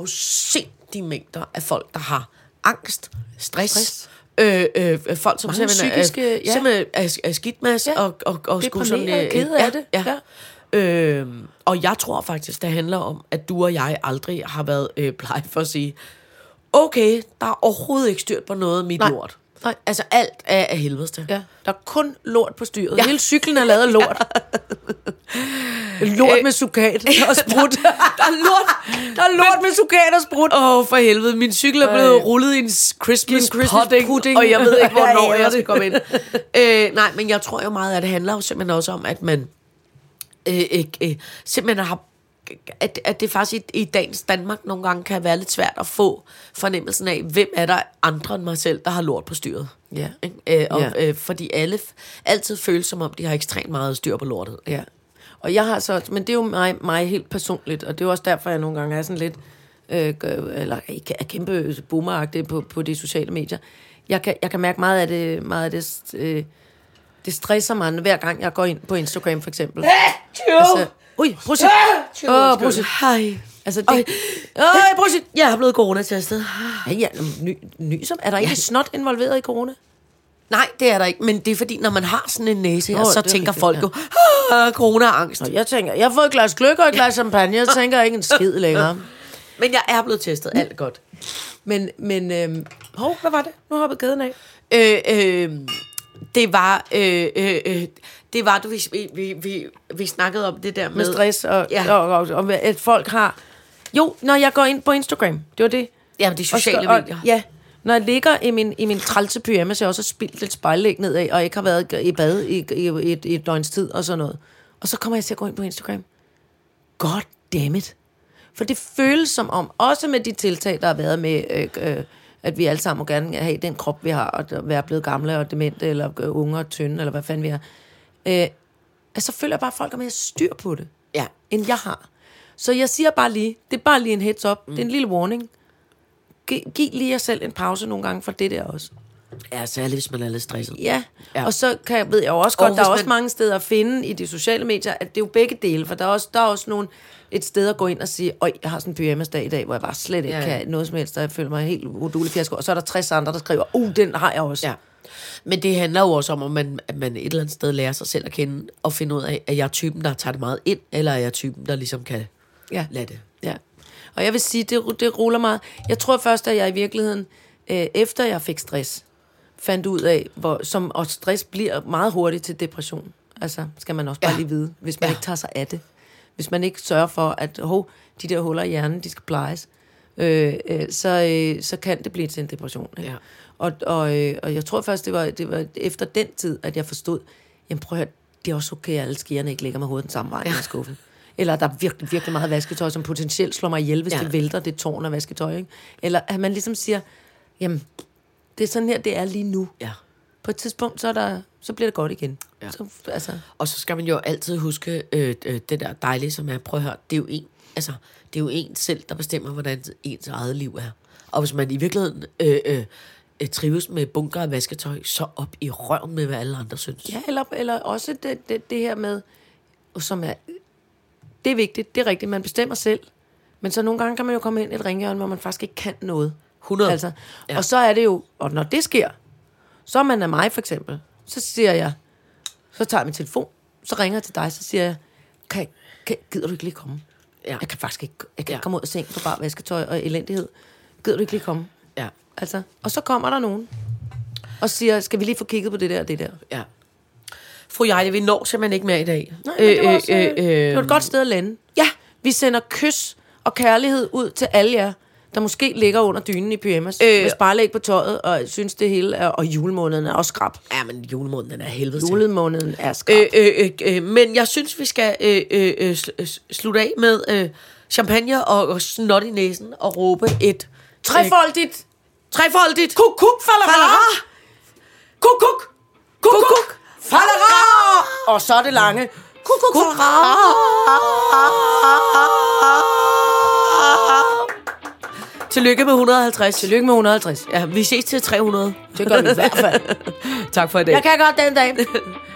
afsindige mængder af folk, der har angst, stress, stress.
Stress.
Øh, øh, folk, som
Mange
simpelthen, er-
psykiske, ja.
simpelthen er, er skidt med os,
Ja.
og, og, og skulle sådan... øh,
Deprimeret, ked af det.
Ja, ja. Øhm, og jeg tror faktisk, det handler om, at du og jeg aldrig har været øh, pleje for at sige, okay, der er overhovedet ikke styrt på noget af mit
Nej.
lort.
Nej.
Altså alt er af helvedes til.
Ja. Der er kun lort på styret. Ja. Hele cyklen er lavet af
[laughs]
lort. lort med sukat og sprut. der, [laughs] der er lort, der er lort med sukat og sprut.
Åh, oh, for helvede, min cykel er blevet øh. rullet i en s- Christmas,
Christmas
pudding,
pudding.
og jeg ved
[laughs]
ikke,
Ja,
hvornår
ja,
jeg skal
det-
komme ind.
[laughs]
øh, nej, men jeg tror jo meget, at det handler jo simpelthen også om, at man øh, øh, øh, simpelthen har at, at det faktisk i, i dagens Danmark nogle gange kan være lidt svært at få fornemmelsen af, hvem er der andre end mig selv, der har lort på styret.
Ja.
Ikke? Øh, og,
Ja.
øh, fordi alle f- altid føles som om, de har ekstremt meget styr på lortet.
Ja. Og jeg har så, men det er jo mig, mig helt personligt, og det er jo også derfor, jeg nogle gange er sådan lidt, øh, gør- eller ikke er kæmpe boomeragtig på, på de sociale medier. Jeg kan, jeg kan mærke meget af det, meget af det, øh, det stresser mig, hver gang jeg går ind på Instagram for eksempel. Altså, ui, brusit. Åh, oh, brusit.
Hej.
Altså, det,
Øj, brusit. Jeg er blevet coronatestet.
ja, ja, ny, ny, som, er der ikke snot involveret i corona?
Nej, det er der ikke, men det er fordi, når man har sådan en næse her,
Nå,
så
det er
tænker
rigtigt,
folk
ja.
jo, "Ah, corona og angst.
Nå, jeg tænker, jeg har fået et glas gløk og et glas champagne, jeg tænker ikke en skid længere.
Men jeg er blevet testet, alt er godt. øhm,
Men, men, øh, hov, hvad var det? Nu hoppede kæden af.
Øh, øh, det var, øh, øh, øh, det var, du, vi, vi- vi, vi, vi snakkede om det der med...
med stress og,
Ja.
ja. og, og, og, og at folk har... Jo, når jeg går ind på Instagram, det var det.
Jamen, de sociale
og,
medier.
Og, ja, når jeg ligger i min, i min trælse pyjamas, jeg også har spildt lidt spejlæg nedad, og ikke har været i bad i, i, i, et, i et døgns tid og sådan noget. Og så kommer jeg til at gå ind på Instagram. God damn it. For det føles som om, også med de tiltag, der har været med, øh, øh, at vi alle sammen må gerne have den krop, vi har, og at være blevet gamle og demente, eller øh, unge og tynde, eller hvad fanden vi er. Øh, altså, så føler jeg bare, at folk har mere styr på det
Ja.
end jeg har. Så jeg siger bare lige, det er bare lige en heads up, mm. det er en lille warning. Giv, giv lige jer selv en pause nogle gange for det der også.
Ja, særligt hvis man er lidt stresset.
Ja.
Ja.
ja, og så kan, ved jeg jo også godt,
Og
der er
hvis
også
man-
mange steder at finde i de sociale medier, at det er jo begge dele, for der er også, der er også nogle, et sted at gå ind og sige, øj, jeg har sådan en pyjamasdag i dag, hvor jeg bare slet ikke
Ja,
ja,
ja.
kan noget som helst, og jeg føler mig helt rodulig fiasko, og så er der 60 andre, der skriver, uh, den har jeg også.
Ja. Men det handler jo også om, at man, at man et eller andet sted lærer sig selv at kende, og finde ud af, at jeg er typen, der tager det meget ind, eller er jeg typen, der ligesom kan
Ja.
lade det.
Ja. Og jeg vil sige, det, det ruller meget. Jeg tror først, at jeg i virkeligheden, øh, efter jeg fik stress, fandt ud af, hvor, som, og stress bliver meget hurtigt til depression. Altså, skal man også bare
Ja.
ja. lige vide, hvis man
Ja.
ja. ikke tager sig af det. Hvis man ikke sørger for, at hov, de der huller i hjernen, de skal plejes, øh, øh, så, øh, så kan det blive til en depression. Ikke?
Ja.
Og, og, øh, og jeg tror først, det var, det var efter den tid, at jeg forstod, jamen prøv at høre, det er også okay, at alle skierne ikke ligger med hovedet den samme vej ja. i skuffen. Eller der er virkelig, virkelig meget vasketøj, som potentielt slår mig ihjel, hvis
Ja.
ja. det vælter det tårn af vasketøj. Ikke? Eller at man ligesom siger, jamen, det er sådan her, det er lige nu.
Ja.
På et tidspunkt, så, er der, så bliver det godt igen.
Ja.
Så, altså,
Og så skal man jo altid huske øh, øh, det der dejlige, som er, prøv at høre, det er jo en, altså, det er jo en selv, der bestemmer, hvordan ens eget liv er. Og hvis man i virkeligheden øh, øh, øh, trives med bunker af vasketøj, så op i røven med, hvad alle andre synes.
Ja, eller, eller også det, det, det her med, som er, det er vigtigt, det er rigtigt, man bestemmer selv. Men så nogle gange kan man jo komme ind i et ringhjørne, hvor man faktisk ikke kan noget.
100.
Altså,
Ja.
ja. Og så er det jo, og når det sker, så er man af mig for eksempel, så siger jeg, så tager jeg min telefon, så ringer jeg til dig, så siger jeg, kan, kan, gider du ikke lige komme?
Ja.
Jeg kan faktisk ikke, jeg kan
Ja.
ja. komme ud af sengen på bare vasketøj og elendighed. Gider du ikke lige komme?
Ja,
Altså, og så kommer der nogen og siger, skal vi lige få kigget på det der og det der?
ja. Fru Jejle, vi når simpelthen ikke mere i dag.
Nej, men det var, også, øh, øh, øh, det var et godt sted at lande. Ja, vi sender kys og kærlighed ud til alle jer, der måske ligger under dynen i pyjamas, øh, med sparlæg på tøjet, og synes det hele er, og julemåneden er også skrab.
Ja, men julemåneden, den er helvede til.
Julemåneden er skrab.
Øh, øh, øh, øh, men jeg synes, vi skal øh, øh, øh, sl- øh, slutte af med øh, champagne og, og snot i næsen og råbe et øh,
Trefoldigt!
trefoldigt
Kuk, kuk, falera! Kuk, kuk! Kuk, kuk! Falera! Og så er det lange. Kuk, kuk, falera!
Tillykke med 150.
Tillykke med 150.
Ja, vi ses til 300.
[laughs] Det gør vi i hvert fald.
[laughs] Tak for i dag.
Jeg kan godt den dag.